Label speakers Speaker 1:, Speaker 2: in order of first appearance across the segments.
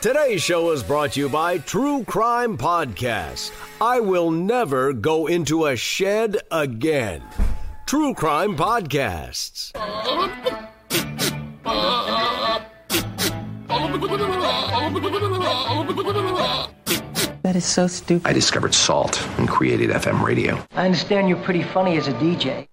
Speaker 1: Today's show is brought to you by True Crime Podcast. I will never go into a shed again. True Crime Podcasts.
Speaker 2: That is so
Speaker 3: I
Speaker 2: stupid.
Speaker 3: discovered salt and created FM radio.
Speaker 4: I understand you're pretty funny as a DJ.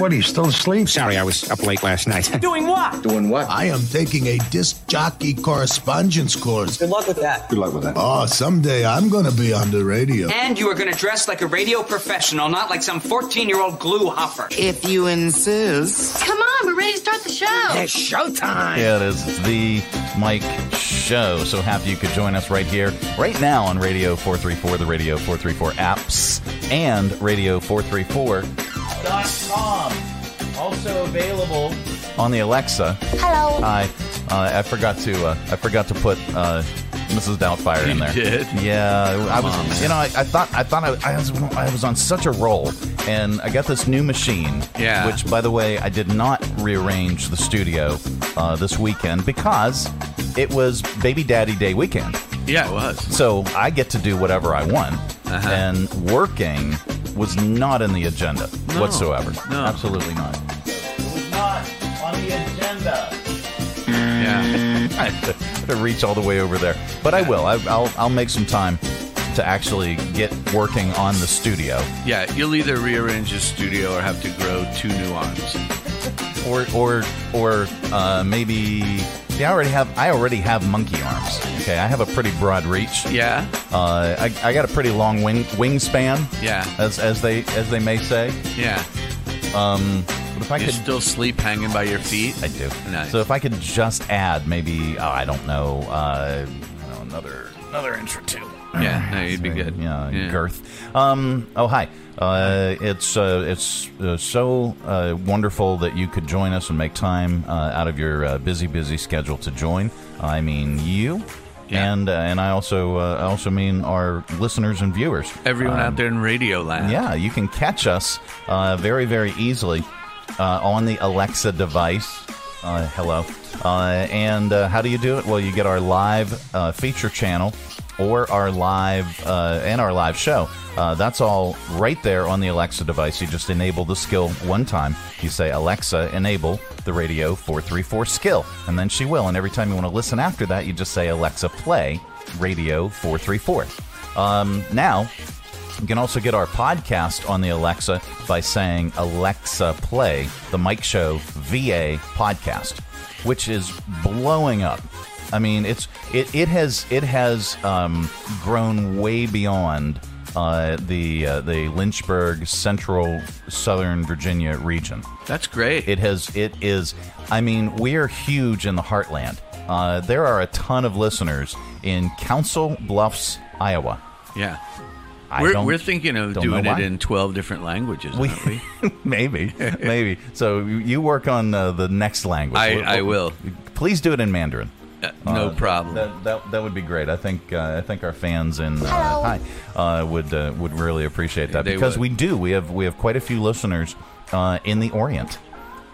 Speaker 5: What are you still asleep?
Speaker 6: Sorry, I was up late last night.
Speaker 7: Doing what?
Speaker 8: I am taking a disc jockey correspondence course.
Speaker 7: Good luck with that.
Speaker 5: Good luck with that.
Speaker 8: Oh, someday I'm going to be on the radio.
Speaker 9: And you are going to dress like a radio professional, not like some 14 year old glue hopper.
Speaker 10: If you insist.
Speaker 11: Come on, we're ready to start the show.
Speaker 6: It's showtime.
Speaker 12: It is the Mike Show. So happy you could join us right here, right now on Radio 434, the Radio 434 apps, and Radio434.com. Also available on the Alexa.
Speaker 11: Hello.
Speaker 12: Hi. Uh, I forgot to uh, I forgot to put uh, Mrs. Doubtfire in there. Yeah, I was. you know, I, I thought I thought I, I was I was on such a roll, and I got this new machine.
Speaker 6: Yeah.
Speaker 12: Which, by the way, I did not rearrange the studio uh, this weekend because it was Baby Daddy Day weekend.
Speaker 6: Yeah, it was.
Speaker 12: So I get to do whatever I want,
Speaker 6: Uh-huh.
Speaker 12: and working was not in the agenda
Speaker 6: No.
Speaker 12: whatsoever.
Speaker 6: No.
Speaker 12: Absolutely not. It was not on the agenda.
Speaker 6: Yeah.
Speaker 12: I have to reach all the way over there, but I will. I, I'll I'll make some time to actually get working on the studio,
Speaker 6: Yeah, you'll either rearrange the studio or have to grow two new arms.
Speaker 12: or or or uh, maybe. Yeah, I already have. I already have monkey arms. Okay, I have a pretty broad reach.
Speaker 6: Yeah?
Speaker 12: Uh, I, I got a pretty long wing wingspan.
Speaker 6: Yeah.
Speaker 12: as as they as they may say. Um,
Speaker 6: Yeah.
Speaker 12: But if I
Speaker 6: You
Speaker 12: could
Speaker 6: still sleep hanging by your feet?
Speaker 12: I do.
Speaker 6: Nice.
Speaker 12: So if I could just add maybe oh, I don't know, uh, you know, another another inch or two.
Speaker 6: Yeah, no, you'd be good.
Speaker 12: Yeah,
Speaker 6: Yeah.
Speaker 12: girth. Um, oh hi. Uh, it's uh, it's uh, so uh, wonderful that you could join us and make time uh, out of your uh, busy busy schedule to join. I mean you.
Speaker 6: Yeah.
Speaker 12: And uh, and I also uh, I also mean our listeners and viewers.
Speaker 6: Everyone
Speaker 12: Um,
Speaker 6: out there in Radio Land.
Speaker 12: yeah, you can catch us uh, very, very easily uh, on the Alexa device. Uh, hello. Uh, and uh, how do you do it? Well, you get our live uh, feature channel or our live uh, and our live show. Uh, that's all right there on the Alexa device. You just enable the skill one time. You say, Alexa, enable the radio 434 skill. And then she will. And every time you want to listen after that, you just say, Alexa, play radio 434. Um, now, you can also get our podcast on the Alexa by saying Alexa Play, the Mike Show VA podcast, which is blowing up. I mean, it's it, it has it has um, grown way beyond uh, the uh, the Lynchburg Central Southern Virginia region.
Speaker 6: That's great.
Speaker 12: It has. It is. I mean, we are huge in the heartland. Uh, there are a ton of listeners in Council Bluffs, Iowa.
Speaker 6: yeah.
Speaker 12: I
Speaker 6: We're,
Speaker 12: don't-
Speaker 6: we're thinking of
Speaker 12: don't know
Speaker 6: doing it
Speaker 12: why.
Speaker 6: in 12 different languages,
Speaker 12: We-
Speaker 6: aren't we?
Speaker 12: maybe, maybe. So you- you work on uh, the next language.
Speaker 6: I-
Speaker 12: We'll-
Speaker 6: I
Speaker 12: we'll-
Speaker 6: will.
Speaker 12: Please do it in Mandarin.
Speaker 6: Uh, no
Speaker 12: Uh,
Speaker 6: problem.
Speaker 12: That, that, that would be great. I think uh, I think our fans in uh, hi uh, would uh, would really appreciate that
Speaker 6: They
Speaker 12: because
Speaker 6: would.
Speaker 12: we do. We have we have quite a few listeners uh, in the Orient.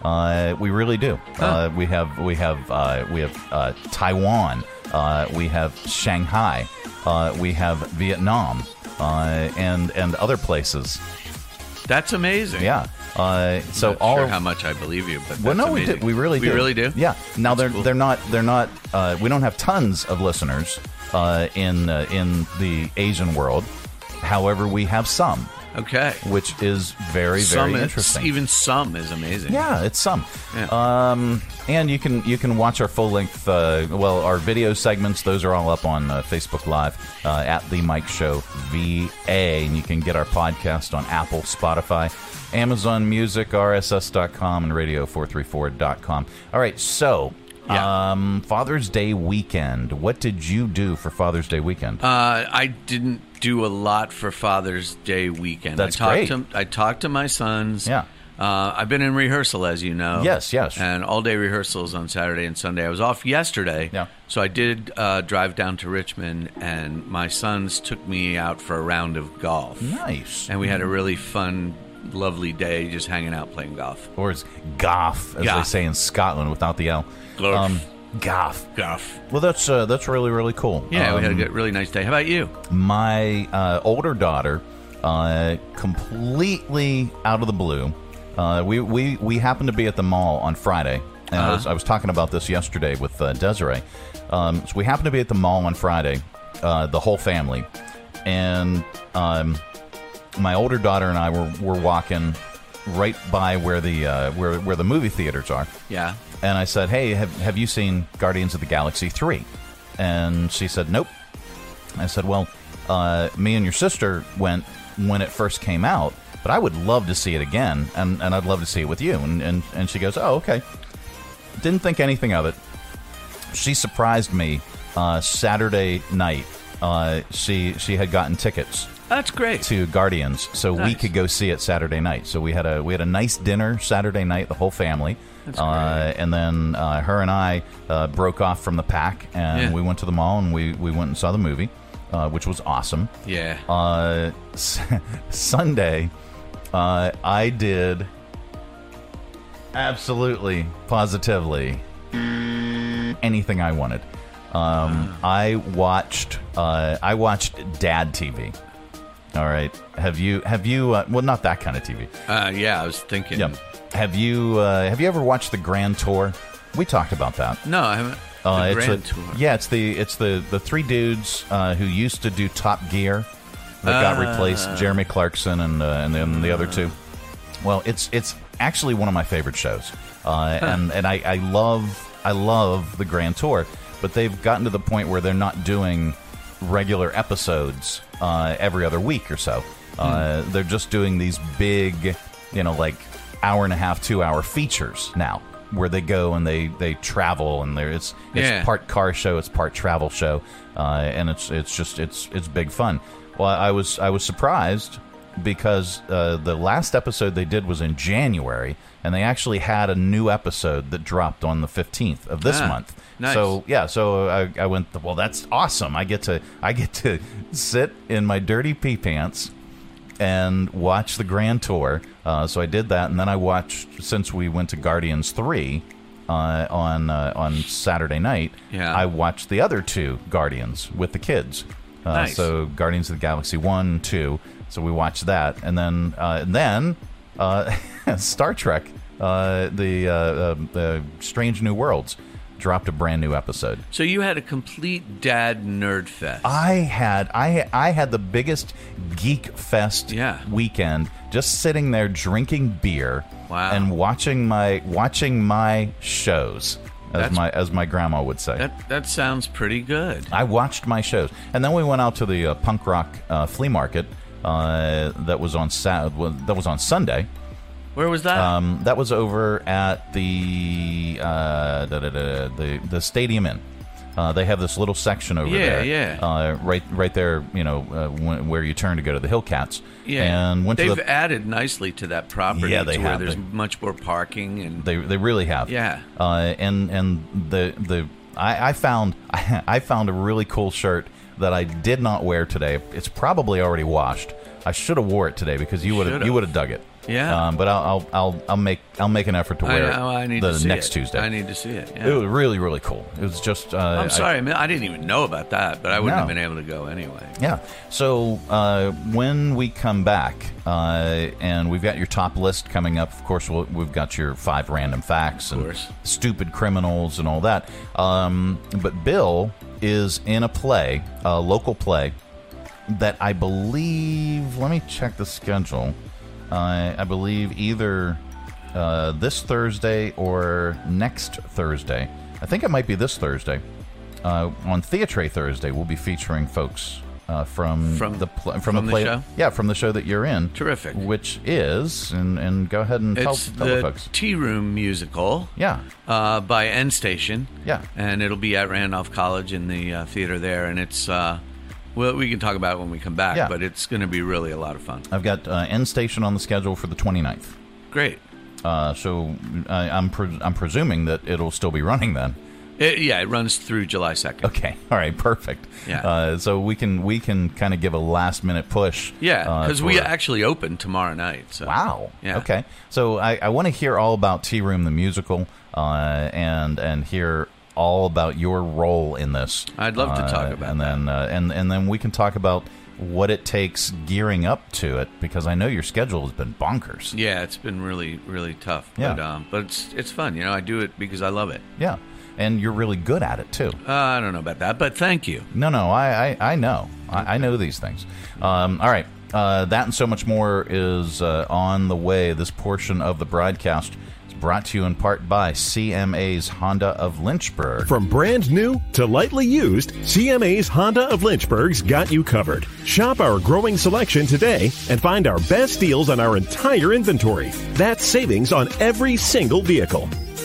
Speaker 12: Uh, we really do. Uh, we have we have uh, we have uh, Taiwan. Uh, we have Shanghai. Uh, we have Vietnam uh, and and other places.
Speaker 6: that's amazing.
Speaker 12: Yeah. Uh, so
Speaker 6: Not
Speaker 12: all
Speaker 6: sure
Speaker 12: of-
Speaker 6: how much I believe you, but
Speaker 12: well,
Speaker 6: that's
Speaker 12: no, we
Speaker 6: amazing.
Speaker 12: do. We really do.
Speaker 6: We really do.
Speaker 12: Yeah. Now
Speaker 6: That's
Speaker 12: they're
Speaker 6: cool.
Speaker 12: they're not they're not. Uh, we don't have tons of listeners uh, in uh, in the Asian world. However, we have some,
Speaker 6: okay.
Speaker 12: which is very very
Speaker 6: some is-
Speaker 12: interesting.
Speaker 6: Even some is amazing.
Speaker 12: yeah, it's some.
Speaker 6: Yeah.
Speaker 12: Um, and you can you can watch our full length, uh, well, our video segments. Those are all up on uh, Facebook Live uh, at the Mike Show VA, and you can get our podcast on Apple, Spotify, Amazon Music, RSS.com, and Radio434.com. All right, so.
Speaker 6: Yeah.
Speaker 12: Um, Father's Day weekend. What did you do for Father's Day weekend?
Speaker 6: Uh, I didn't do a lot for Father's Day weekend.
Speaker 12: That's
Speaker 6: I talked
Speaker 12: great.
Speaker 6: To, I talked to my sons.
Speaker 12: Yeah.
Speaker 6: Uh, I've been in rehearsal, as you know.
Speaker 12: Yes, yes.
Speaker 6: And all day rehearsals on Saturday and Sunday. I was off yesterday.
Speaker 12: Yeah.
Speaker 6: So I did uh, drive down to Richmond, and my sons took me out for a round of golf.
Speaker 12: nice. Mm-hmm.
Speaker 6: And we had a really fun, lovely day just hanging out playing golf.
Speaker 12: or is goff, as
Speaker 6: Yeah.
Speaker 12: they say in Scotland without the L. Um,
Speaker 6: Glorf.
Speaker 12: Goff.
Speaker 6: Goff.
Speaker 12: Well, that's uh, that's really really cool.
Speaker 6: Yeah, we had a
Speaker 12: Um,
Speaker 6: good, really nice day. How about you?
Speaker 12: my uh, older daughter uh, completely out of the blue. Uh, we, we, we happened to be at the mall on Friday, and I, was, I was talking about this yesterday with uh, Desiree. Um, so we happened to be at the mall on Friday, uh, the whole family, and um, my older daughter and I were, were walking right by where the uh, where where the movie theaters are
Speaker 6: Yeah.
Speaker 12: and I said, "Hey, have, have you seen Guardians of the Galaxy 3?" And she said, "Nope." I said, "Well, uh, me and your sister went when it first came out, but I would love to see it again, and, and I'd love to see it with you." And, and and she goes, "Oh, okay." Didn't think anything of it. She surprised me uh, Saturday night. Uh, she she had gotten tickets
Speaker 6: That's great.
Speaker 12: to Guardians, so we
Speaker 6: Nice.
Speaker 12: could go see it Saturday night. So we had a we had a nice dinner Saturday night, the whole family, uh, and then uh, her and I uh, broke off from the pack and
Speaker 6: Yeah.
Speaker 12: we went to the mall and we we went and saw the movie, uh, which was awesome.
Speaker 6: Yeah.
Speaker 12: Uh, s- Sunday, uh, I did absolutely positively anything I wanted. Um,
Speaker 6: Ah.
Speaker 12: I watched uh, I watched Dad TV. All right, have you have you uh, well not that kind of TV.
Speaker 6: Uh, yeah, I was thinking.
Speaker 12: Yeah, have you uh, have you ever watched the Grand Tour? We talked about that.
Speaker 6: No, I haven't.
Speaker 12: Uh,
Speaker 6: the
Speaker 12: it's
Speaker 6: Grand
Speaker 12: a-
Speaker 6: Tour.
Speaker 12: Yeah, it's the it's the the three dudes uh, who used to do Top Gear that got
Speaker 6: Ah.
Speaker 12: replaced: Jeremy Clarkson and uh, and then the other two. Well, it's it's actually one of my favorite shows, uh, and and I, I love I love the Grand Tour, but they've gotten to the point where they're not doing regular episodes uh, every other week or so. Uh, They're just doing these big, you know, like hour and a half, two hour features now, where they go and they they travel and there it's it's
Speaker 6: Yeah.
Speaker 12: part car show, it's part travel show, uh, and it's it's just it's it's big fun. Well, I was I was surprised because uh, the last episode they did was in January, and they actually had a new episode that dropped on the fifteenth of this
Speaker 6: Ah,
Speaker 12: month.
Speaker 6: nice.
Speaker 12: So yeah, so I, I went. Well, that's awesome. I get to I get to sit in my dirty pee pants and watch the Grand Tour. Uh, so I did that, and then I watched since we went to Guardians three uh, on uh, on Saturday night.
Speaker 6: Yeah.
Speaker 12: I watched the other two Guardians with the kids. Uh,
Speaker 6: Nice.
Speaker 12: So Guardians of the Galaxy one, two. So we watched that, and then uh, and then uh, Star Trek, uh, the uh, uh, uh, Strange New Worlds, dropped a brand new episode.
Speaker 6: So you had a complete dad nerd fest.
Speaker 12: I had I I had the biggest geek fest
Speaker 6: Yeah.
Speaker 12: weekend just sitting there drinking beer
Speaker 6: Wow.
Speaker 12: and watching my watching my shows as
Speaker 6: That's-
Speaker 12: my as my grandma would say.
Speaker 6: that that sounds pretty good.
Speaker 12: I watched my shows, and then we went out to the uh, punk rock uh, flea market uh, that was on Sa- well, that was on Sunday.
Speaker 6: Where was that?
Speaker 12: Um, that was over at the uh, da, da, da, the the Stadium Inn. Uh, they have this little section over
Speaker 6: Yeah,
Speaker 12: there,
Speaker 6: yeah.
Speaker 12: Uh, right, right there. You know uh, wh- where you turn to go to the Hillcats.
Speaker 6: yeah,
Speaker 12: and went to
Speaker 6: they've
Speaker 12: the,
Speaker 6: added nicely to that property.
Speaker 12: Yeah, they
Speaker 6: to where
Speaker 12: have.
Speaker 6: There's
Speaker 12: They-
Speaker 6: much more parking and
Speaker 12: They they really have.
Speaker 6: Yeah.
Speaker 12: Uh, and and the the I, I found I found a really cool shirt that I did not wear today. It's probably already washed. I should have wore it today because you would have
Speaker 6: should've.
Speaker 12: you would have dug it.
Speaker 6: Yeah.
Speaker 12: Um, but I'll, I'll I'll I'll make I'll make an effort to
Speaker 6: I,
Speaker 12: wear
Speaker 6: know,
Speaker 12: it
Speaker 6: I need
Speaker 12: the
Speaker 6: to see
Speaker 12: next
Speaker 6: it.
Speaker 12: Tuesday.
Speaker 6: I need to see it. Yeah.
Speaker 12: It was really really cool. It was just. Uh,
Speaker 6: I'm
Speaker 12: I-
Speaker 6: sorry, I, mean, I didn't even know about that, but I wouldn't have
Speaker 12: No.
Speaker 6: been able to go anyway.
Speaker 12: Yeah. So uh, when we come back, uh, and we've got your top list coming up. Of course, we'll, we've got your five random facts and
Speaker 6: course.
Speaker 12: stupid criminals and all that. Um, but Bill is in a play, a local play that I believe. Let me check the schedule. Uh, I believe either uh, this Thursday or next Thursday. I think it might be this Thursday. Uh, on Theatre Thursday, we'll be featuring folks uh, from
Speaker 6: From-
Speaker 12: the pl- from,
Speaker 6: from
Speaker 12: a
Speaker 6: the
Speaker 12: play.
Speaker 6: show?
Speaker 12: Yeah, from the show that you're in.
Speaker 6: Terrific.
Speaker 12: Which is and and go ahead and tell,
Speaker 6: It's
Speaker 12: tell the
Speaker 6: the
Speaker 12: folks.
Speaker 6: Tea Room musical.
Speaker 12: Yeah.
Speaker 6: Uh, by N Station.
Speaker 12: Yeah.
Speaker 6: And it'll be at Randolph College in the uh, theater there, and it's. Uh, well, we can talk about it when we come back,
Speaker 12: Yeah.
Speaker 6: but it's going to be really a lot of fun.
Speaker 12: I've got uh, End Station on the schedule for the 29th.
Speaker 6: Great.
Speaker 12: Uh, so I, I'm pre- I'm presuming that it'll still be running then.
Speaker 6: It, yeah, it runs through July 2nd.
Speaker 12: Okay. All right. Perfect.
Speaker 6: Yeah.
Speaker 12: Uh, so we can we can kind of give a last minute push.
Speaker 6: Yeah,
Speaker 12: uh,
Speaker 6: because we
Speaker 12: for-
Speaker 6: actually open tomorrow night. So.
Speaker 12: Wow.
Speaker 6: Yeah.
Speaker 12: Okay. So I, I want to hear all about Tea Room the musical uh, and and hear all about your role in this.
Speaker 6: I'd love to talk about
Speaker 12: and then uh, and and then we can talk about what it takes gearing up to it because I know your schedule has been bonkers.
Speaker 6: Yeah, it's been really, really tough. But,
Speaker 12: Yeah.
Speaker 6: um, but it's it's fun. You know, I do it because I love it.
Speaker 12: Yeah, and you're really good at it too.
Speaker 6: Uh, I don't know about that, but thank you.
Speaker 12: No, no, I, I, I know. I, I know these things. Um, all right. Uh, that and so much more is uh, on the way. This portion of the broadcast is brought to you in part by CMA's Honda of Lynchburg.
Speaker 7: From brand new to lightly used, CMA's Honda of Lynchburg's got you covered. Shop our growing selection today and find our best deals on our entire inventory. That's savings on every single vehicle.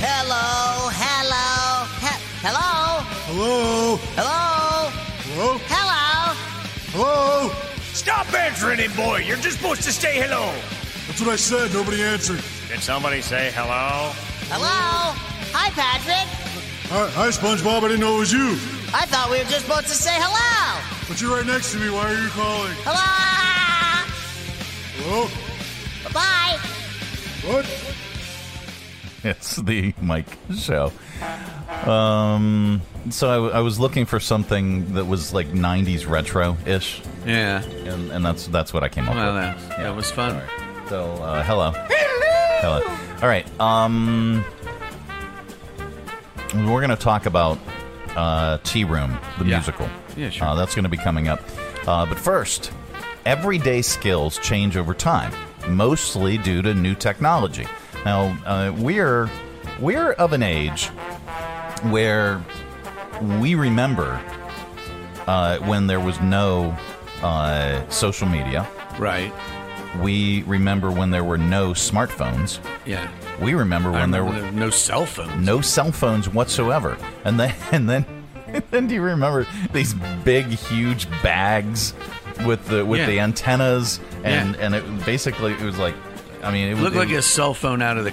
Speaker 13: Hello, hello, he- hello,
Speaker 14: Hello?
Speaker 13: hello,
Speaker 14: Hello?
Speaker 13: hello.
Speaker 14: Hello? Stop answering him, boy! You're just supposed to say hello! That's what I said, nobody answered. Did somebody say hello?
Speaker 13: Hello. Hi, Patrick.
Speaker 14: Hi, hi, SpongeBob, I didn't know it was you.
Speaker 13: I thought we were just supposed to say hello.
Speaker 14: But you're right next to me, why are you calling?
Speaker 13: Hello.
Speaker 14: Hello?
Speaker 13: Bye.
Speaker 14: What?
Speaker 12: It's the Mike Show. Um, so I, w- I was looking for something that was like '90s retro-ish.
Speaker 6: Yeah.
Speaker 12: and, and that's that's what I came up
Speaker 6: Well,
Speaker 12: with.
Speaker 6: that, that was fun.
Speaker 12: So uh, hello. Hello. All right. Um, we're going to talk about uh, Tea Room, the
Speaker 6: Yeah.
Speaker 12: musical.
Speaker 6: Yeah, sure.
Speaker 12: Uh, that's going to be coming up. Uh, but first, everyday skills change over time, mostly due to new technology. Now uh, we're we're of an age where we remember uh, when there was no uh, social media.
Speaker 6: Right.
Speaker 12: We remember when there were no smartphones.
Speaker 6: Yeah.
Speaker 12: We remember
Speaker 6: I
Speaker 12: when there
Speaker 6: remember
Speaker 12: were
Speaker 6: no cell phones.
Speaker 12: no cell phones whatsoever. And then and then and then do you remember these big huge bags with the with
Speaker 6: Yeah.
Speaker 12: the antennas and and it basically it was like I mean it
Speaker 6: It
Speaker 12: was
Speaker 6: looked
Speaker 12: it
Speaker 6: like
Speaker 12: was-
Speaker 6: a cell phone out of the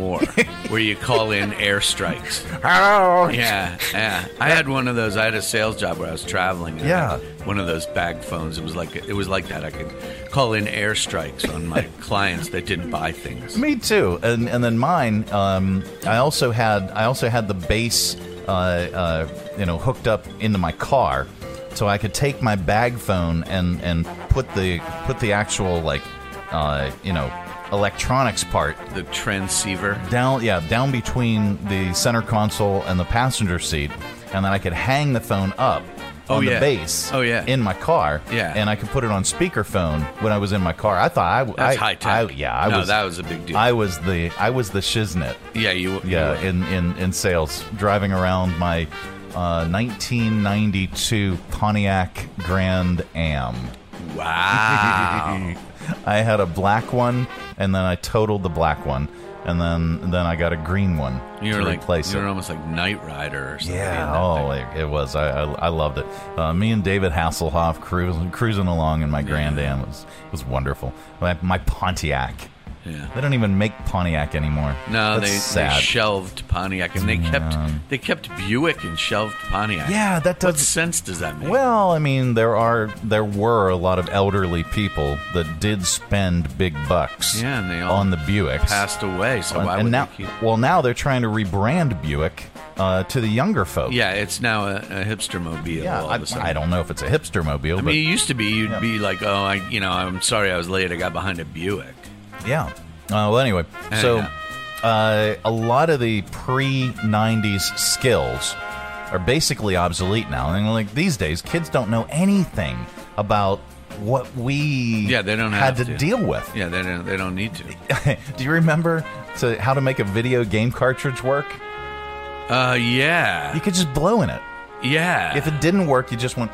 Speaker 6: War, where you call in airstrikes.
Speaker 12: Hello.
Speaker 6: Yeah, yeah. I had one of those. I had a sales job where I was traveling. and I
Speaker 12: Yeah.
Speaker 6: had one of those bag phones. It was like it was like that. I could call in airstrikes on my clients that didn't buy things.
Speaker 12: Me too. And and then mine. Um, I also had I also had the bass, uh, uh, you know, hooked up into my car, so I could take my bag phone and and put the put the actual like, uh, you know, electronics part.
Speaker 6: The transceiver.
Speaker 12: Down, yeah, down between the center console and the passenger seat, and then I could hang the phone up.
Speaker 6: Oh,
Speaker 12: on
Speaker 6: yeah.
Speaker 12: the bass
Speaker 6: Oh, yeah.
Speaker 12: in my car
Speaker 6: Yeah.
Speaker 12: and I could put it on speakerphone when I was in my car I thought I w-
Speaker 6: That's
Speaker 12: I-
Speaker 6: high tech.
Speaker 12: I- yeah I
Speaker 6: No,
Speaker 12: was
Speaker 6: that was a big deal.
Speaker 12: I was the I was the shiznit
Speaker 6: Yeah, you.
Speaker 12: yeah, in, in, in sales, driving around my uh, 1992 Pontiac Grand Am.
Speaker 6: Wow.
Speaker 12: I had a black one, and then I totaled the black one, and then then I got a green one
Speaker 6: You're
Speaker 12: to
Speaker 6: like
Speaker 12: replace
Speaker 6: you're
Speaker 12: it.
Speaker 6: almost like Knight Rider or something.
Speaker 12: Yeah, oh, it, it was. I, I, I loved it. Uh, me and David Hasselhoff cruising, cruising along in my Grand Am was was wonderful. My, my Pontiac.
Speaker 6: Yeah.
Speaker 12: They don't even make Pontiac anymore.
Speaker 6: No,
Speaker 12: That's
Speaker 6: they,
Speaker 12: sad. Mm.
Speaker 6: they shelved Pontiac, and they kept they kept Buick and shelved Pontiac.
Speaker 12: Yeah, that
Speaker 6: What
Speaker 12: doesn't-
Speaker 6: sense does that make?
Speaker 12: Well, I mean, there are there were a lot of elderly people that did spend big bucks.
Speaker 6: Yeah, and they all
Speaker 12: on the Buicks
Speaker 6: passed away, so
Speaker 12: and,
Speaker 6: why
Speaker 12: and
Speaker 6: would
Speaker 12: now,
Speaker 6: they keep?
Speaker 12: well, now they're trying to rebrand Buick uh, to the younger folk.
Speaker 6: Yeah, it's now a, a hipster mobile.
Speaker 12: Yeah,
Speaker 6: all
Speaker 12: I,
Speaker 6: of a sudden.
Speaker 12: I don't know if it's a hipster mobile,
Speaker 6: I
Speaker 12: but
Speaker 6: mean, it used to be you'd
Speaker 12: Yeah.
Speaker 6: be like, oh, I, you know, I'm sorry, I was late. I got behind a Buick.
Speaker 12: yeah. Uh, well, anyway, so
Speaker 6: Yeah.
Speaker 12: uh, a lot of the pre '90s skills are basically obsolete now. And like these days, kids don't know anything about what we
Speaker 6: Yeah, they don't
Speaker 12: had
Speaker 6: have
Speaker 12: to deal with.
Speaker 6: Yeah, they don't. They don't need to.
Speaker 12: Do you remember to how to make a video game cartridge work?
Speaker 6: Uh, yeah,
Speaker 12: You could just blow in it.
Speaker 6: yeah.
Speaker 12: If it didn't work, you just went,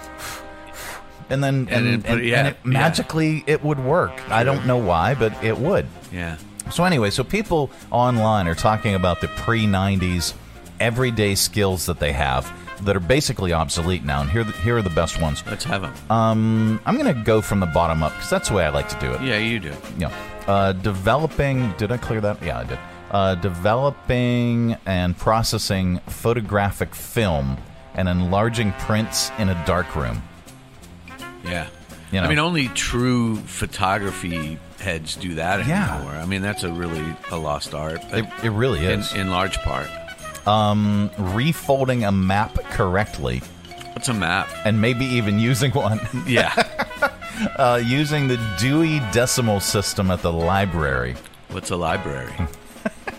Speaker 12: and then and,
Speaker 6: And it
Speaker 12: and,
Speaker 6: put- yeah,
Speaker 12: and it,
Speaker 6: yeah.
Speaker 12: magically it would work. I don't know why, but it would.
Speaker 6: yeah.
Speaker 12: So anyway, so people online are talking about the pre '90s everyday skills that they have that are basically obsolete now, and here here are the best ones.
Speaker 6: Let's have them.
Speaker 12: Um, I'm gonna go from the bottom up because that's the way I like to do it.
Speaker 6: Yeah, you do.
Speaker 12: Yeah. Uh, developing. Did I clear that? Yeah, I did. Uh, developing and processing photographic film and enlarging prints in a dark room.
Speaker 6: Yeah.
Speaker 12: You know.
Speaker 6: I mean, only true photography heads do that
Speaker 12: Yeah.
Speaker 6: anymore. I mean, that's a really a lost art.
Speaker 12: It, it really
Speaker 6: in-
Speaker 12: is.
Speaker 6: in, large part.
Speaker 12: Um, refolding a map correctly.
Speaker 6: What's a map?
Speaker 12: And maybe even using one.
Speaker 6: Yeah.
Speaker 12: uh, using the Dewey Decimal System at the library.
Speaker 6: What's a library?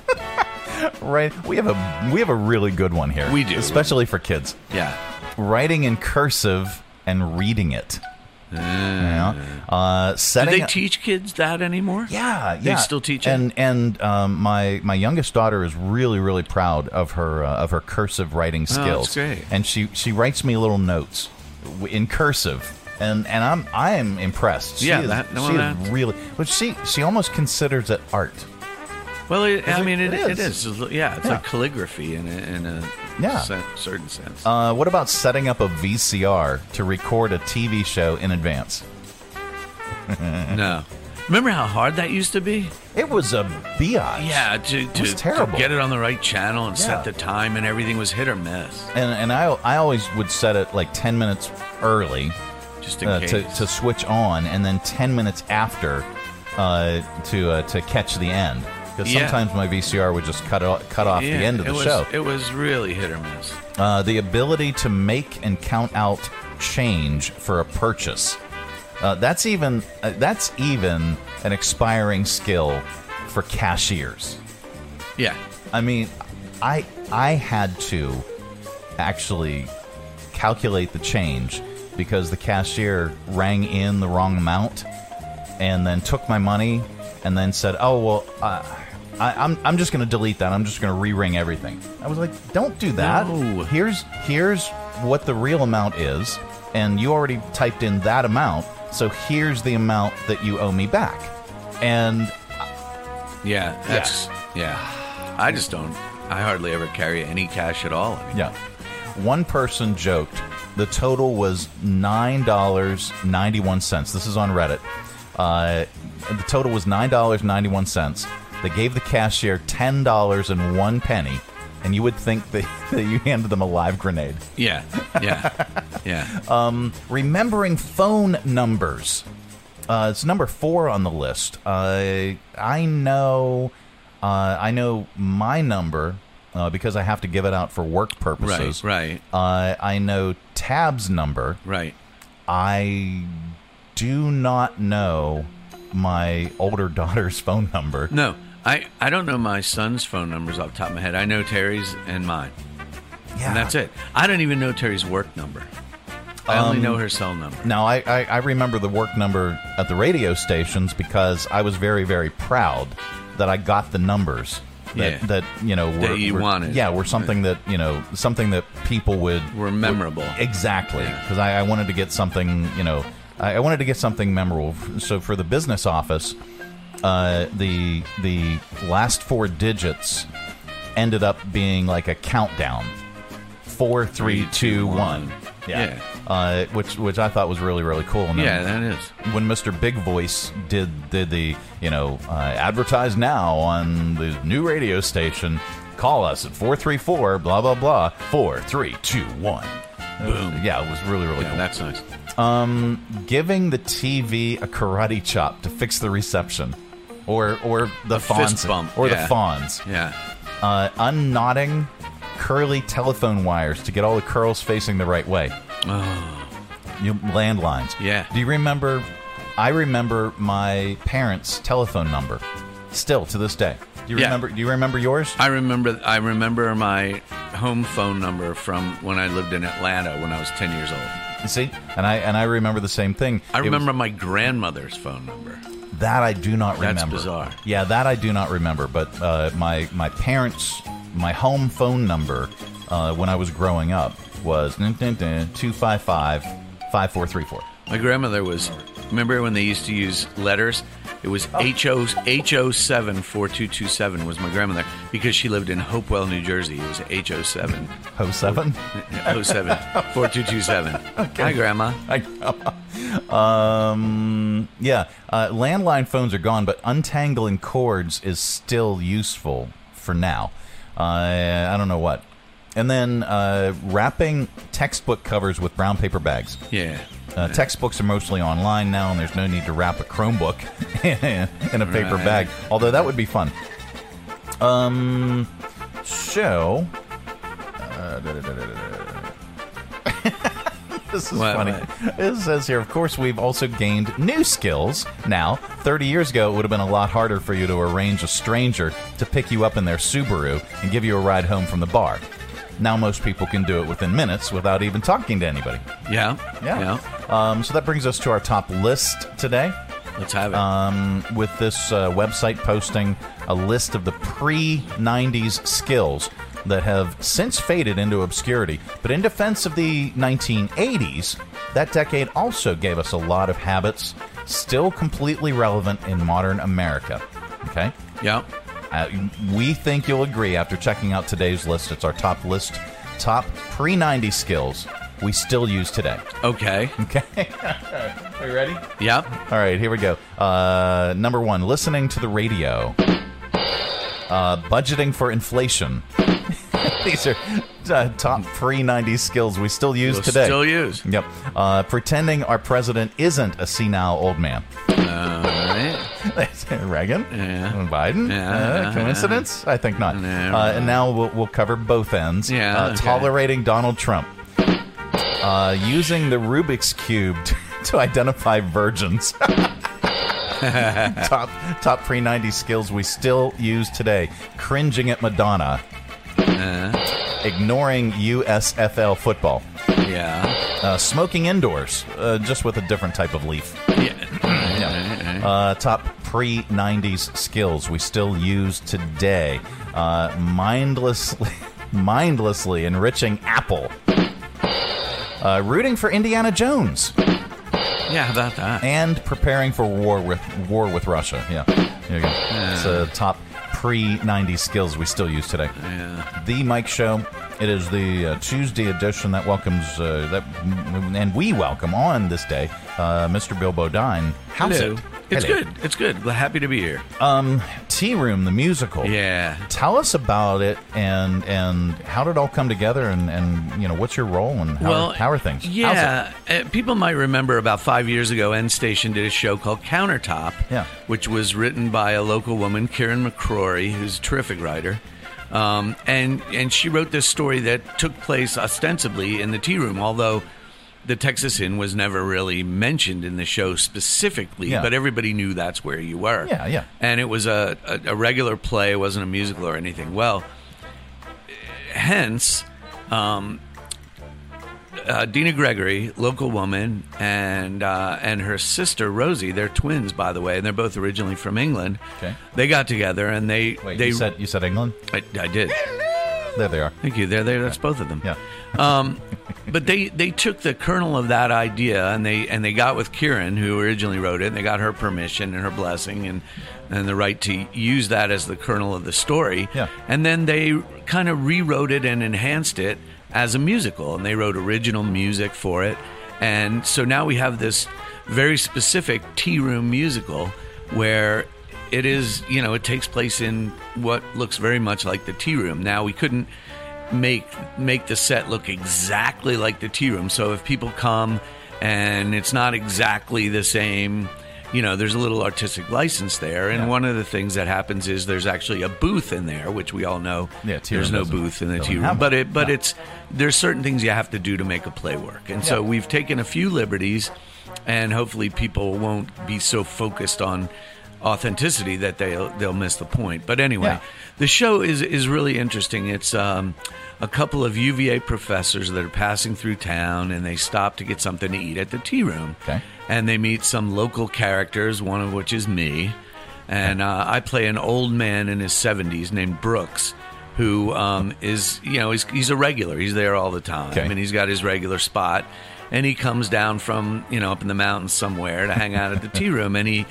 Speaker 12: right. We have a we have a really good one here.
Speaker 6: We do.
Speaker 12: especially for kids.
Speaker 6: Yeah.
Speaker 12: Writing in cursive and reading it. Yeah. Uh,
Speaker 6: Mm. Do
Speaker 12: setting
Speaker 6: they teach kids that anymore?
Speaker 12: Yeah,
Speaker 6: They
Speaker 12: yeah.
Speaker 6: still teach it.
Speaker 12: And and um, my my youngest daughter is really really proud of her uh, of her cursive writing
Speaker 6: Oh, that's
Speaker 12: skills.
Speaker 6: great.
Speaker 12: And she she writes me little notes w- in cursive. And, and I'm I am impressed. She
Speaker 6: Yeah,
Speaker 12: is,
Speaker 6: that- no,
Speaker 12: she is
Speaker 6: that's-
Speaker 12: really. But she she almost considers it art.
Speaker 6: Well, it,
Speaker 12: Is
Speaker 6: I
Speaker 12: it-
Speaker 6: mean, it,
Speaker 12: it
Speaker 6: it
Speaker 12: is.
Speaker 6: is. Yeah, it's
Speaker 12: Yeah.
Speaker 6: like calligraphy in a, in a
Speaker 12: Yeah.
Speaker 6: sen- certain sense.
Speaker 12: Uh, what about setting up a VCR to record a TV show in advance?
Speaker 6: no. Remember how hard that used to be?
Speaker 12: It was a biatch.
Speaker 6: Yeah, to,
Speaker 12: It was
Speaker 6: to,
Speaker 12: terrible.
Speaker 6: to get it on the right channel and
Speaker 12: Yeah.
Speaker 6: set the time and everything was hit or miss.
Speaker 12: And, and I, I always would set it like 10 minutes early uh,
Speaker 6: Just in
Speaker 12: to,
Speaker 6: case.
Speaker 12: to switch on and then 10 minutes after uh, to uh, to catch the end. Because
Speaker 6: Yeah.
Speaker 12: sometimes my VCR would just cut, o- cut off
Speaker 6: Yeah,
Speaker 12: the end of
Speaker 6: it
Speaker 12: the
Speaker 6: was,
Speaker 12: show.
Speaker 6: It was really hit or miss.
Speaker 12: Uh, the ability to make and count out change for a purchase. Uh, that's even uh, that's even an expiring skill for cashiers.
Speaker 6: Yeah.
Speaker 12: I mean, I I had to actually calculate the change because the cashier rang in the wrong amount and then took my money and then said, "Oh well, uh, I, I'm I'm just going to delete that. I'm just going to re-ring everything." I was like, "Don't do that. Here's here's what the real amount is, and you already typed in that amount, so here's the amount that you owe me back." And
Speaker 6: Yeah. That's, yeah. I just don't. I hardly ever carry any cash at all.
Speaker 12: Yeah. One person joked the total was nine dollars ninety one cents. This is on Reddit. Uh, the total was nine dollars ninety one cents. They gave the cashier ten dollars and one penny, and you would think that, that you handed them a live grenade.
Speaker 6: Yeah. Yeah. yeah.
Speaker 12: Um, remembering phone numbers. Uh, it's number four on the list. Uh, I know, uh, I know my number uh, because I have to give it out for work purposes.
Speaker 6: Right,
Speaker 12: Uh, I know Tab's number.
Speaker 6: Right.
Speaker 12: I do not know my older daughter's phone number.
Speaker 6: No, I, I don't know my son's phone numbers off the top of my head. I know Terry's and mine.
Speaker 12: Yeah.
Speaker 6: And that's it. I don't even know Terry's work number. I only
Speaker 12: Um,
Speaker 6: know her cell number.
Speaker 12: Now, I, I, I remember the work number at the radio stations because I was very, very proud that I got the numbers that,
Speaker 6: Yeah.
Speaker 12: that you know were,
Speaker 6: That you
Speaker 12: were-
Speaker 6: wanted.
Speaker 12: Yeah, were something that you know something that people would
Speaker 6: Were memorable.
Speaker 12: exactly because I, I wanted to get something you know I, I wanted to get something memorable. So for the business office, uh, the the last four digits ended up being like a countdown. Four, three, two, one. Yeah. Uh, which which I thought was really really cool. And then
Speaker 6: Yeah, that is.
Speaker 12: When Mr. Big Voice did did the you know uh, advertise now on the new radio station, call us at four three four blah blah blah four three two one. Uh,
Speaker 6: Boom.
Speaker 12: Yeah, it was really really cool.
Speaker 6: That's nice.
Speaker 12: Um, giving the TV a karate chop to fix the reception, or or the
Speaker 6: A fist
Speaker 12: fawns,
Speaker 6: bump,
Speaker 12: or
Speaker 6: yeah.
Speaker 12: the fawns.
Speaker 6: Yeah.
Speaker 12: Uh, unknotting curly telephone wires to get all the curls facing the right way. You landlines.
Speaker 6: Oh. Yeah.
Speaker 12: Do you remember? I remember my parents' telephone number, still to this day. Do you
Speaker 6: Yeah.
Speaker 12: remember? Do you remember yours?
Speaker 6: I remember I remember my home phone number from when I lived in Atlanta when I was 10 years old.
Speaker 12: You see, and I and I remember the same thing.
Speaker 6: I
Speaker 12: It was-
Speaker 6: remember my grandmother's phone number.
Speaker 12: That I do not
Speaker 6: That's
Speaker 12: remember.
Speaker 6: bizarre.
Speaker 12: Yeah, that I do not remember. But uh, my my parents, my home phone number uh, when I was growing up was 255 5434.
Speaker 6: My grandmother was remember when they used to use letters? It was H O H O seven four two two seven was my grandmother because she lived in Hopewell, New Jersey. It was H O seven
Speaker 12: 07?
Speaker 6: Oh, 07 4227. Hi grandma.
Speaker 12: Hi, Grandma. Um, yeah, uh, landline phones are gone, but untangling cords is still useful for now. Uh, I don't know what. And then uh, wrapping textbook covers with brown paper bags.
Speaker 6: Yeah.
Speaker 12: Uh, textbooks are mostly online now, and there's no need to wrap a Chromebook in a paper
Speaker 6: Right.
Speaker 12: bag. Although that would be fun. Um, so uh, da- da- da- da- da- da. this is
Speaker 6: What-
Speaker 12: funny. It says here, of course, we've also gained new skills. Now, 30 years ago, it would have been a lot harder for you to arrange a stranger to pick you up in their Subaru and give you a ride home from the bar. Now, most people can do it within minutes without even talking to anybody.
Speaker 6: Yeah.
Speaker 12: Yeah. Um, so that brings us to our top list today.
Speaker 6: Let's have it.
Speaker 12: Um, with this uh, website posting a list of the pre 90s skills that have since faded into obscurity. But in defense of the 1980s, that decade also gave us a lot of habits still completely relevant in modern America. Okay?
Speaker 6: Yeah.
Speaker 12: Uh, we think you'll agree after checking out today's list. It's our top list, top pre 90s skills we still use today.
Speaker 6: Okay.
Speaker 12: Okay. Are you ready?
Speaker 6: Yep.
Speaker 12: All right, here we go. Uh, number one, listening to the radio. Uh, budgeting for inflation. These are uh, top pre 90s skills we still use
Speaker 6: We'll
Speaker 12: today.
Speaker 6: still use.
Speaker 12: Yep. Uh, pretending our president isn't a senile old man.
Speaker 6: All right.
Speaker 12: Reagan? Biden?
Speaker 6: Yeah.
Speaker 12: Uh, coincidence? I think not. Uh, and now we'll, we'll cover both ends.
Speaker 6: Yeah,
Speaker 12: Uh,
Speaker 6: okay.
Speaker 12: Tolerating Donald Trump. Uh, using the Rubik's Cube to, to identify virgins. top top pre 90s skills we still use today. Cringing at Madonna.
Speaker 6: Uh-huh.
Speaker 12: Ignoring USFL football.
Speaker 6: Yeah.
Speaker 12: Uh, smoking indoors, uh, just with a different type of leaf. Yeah. Uh, top pre 90s skills we still use today. Uh, mindlessly, mindlessly enriching Apple. Uh, rooting for Indiana Jones
Speaker 6: Yeah, how about that?
Speaker 12: and preparing for war with war with Russia. Yeah, there you go. It's a top pre '90s skills we still use today. The Mike Show. It is the uh, Tuesday edition that welcomes uh, that, and we welcome on this day, uh, Mr. Bill Bodine. How's
Speaker 6: Hello.
Speaker 12: it?
Speaker 6: It's
Speaker 12: Hello.
Speaker 6: good. It's good. Happy to be here.
Speaker 12: Um, Tea Room, the musical.
Speaker 6: Yeah.
Speaker 12: Tell us about it and and how did it all come together and, and you know what's your role and how,
Speaker 6: Well,
Speaker 12: are, how are things? How's it?
Speaker 6: Yeah, uh, people might remember about five years ago, N Station did a show called Countertop,
Speaker 12: Yeah.
Speaker 6: which was written by a local woman, Karen McCrory, who's a terrific writer. Um, and and she wrote this story that took place ostensibly in the tea room, although the Texas Inn was never really mentioned in the show specifically,
Speaker 12: Yeah.
Speaker 6: but everybody knew that's where you were.
Speaker 12: Yeah, yeah.
Speaker 6: And it was a, a, a regular play, it wasn't a musical or anything. Well, hence, um, uh, Dina Gregory, local woman, and uh, and her sister Rosie. They're twins, by the way, and they're both originally from England.
Speaker 12: Okay.
Speaker 6: They got together and they
Speaker 12: Wait,
Speaker 6: they
Speaker 12: you said you said England.
Speaker 6: I, I did.
Speaker 12: There they are.
Speaker 6: Thank you. There, there. That's both of them.
Speaker 12: Yeah.
Speaker 6: Um, but they they took the kernel of that idea and they and they got with Kieran, who originally wrote it, and they got her permission and her blessing and and the right to use that as the kernel of the story.
Speaker 12: Yeah.
Speaker 6: And then they kind of rewrote it and enhanced it as a musical, and they wrote original music for it. And so now we have this very specific tea room musical where it is, you know, it takes place in what looks very much like the tea room. Now we couldn't make make the set look exactly like the tea room. So if people come and it's not exactly the same, you know, there's a little artistic license there. And one of the things that happens is there's actually a booth in there, which we all know
Speaker 12: Yeah, tea
Speaker 6: there's
Speaker 12: room
Speaker 6: no
Speaker 12: doesn't-
Speaker 6: booth in the
Speaker 12: doesn't
Speaker 6: tea room.
Speaker 12: have
Speaker 6: But
Speaker 12: one.
Speaker 6: it but
Speaker 12: No.
Speaker 6: it's there's certain things you have to do to make a play work. And so we've taken a few liberties and hopefully people won't be so focused on authenticity that they'll they'll miss the point. But anyway,
Speaker 12: Yeah.
Speaker 6: the show is is really interesting. It's um, a couple of UVA professors that are passing through town, and they stop to get something to eat at the tea room.
Speaker 12: Okay.
Speaker 6: And they meet some local characters, one of which is me, and uh, I play an old man in his seventies named Brooks. Who um, is you know he's, he's a regular he's there all the time
Speaker 12: Okay.
Speaker 6: and he's got his regular spot and he comes down from you know up in the mountains somewhere to hang out at the tea room and he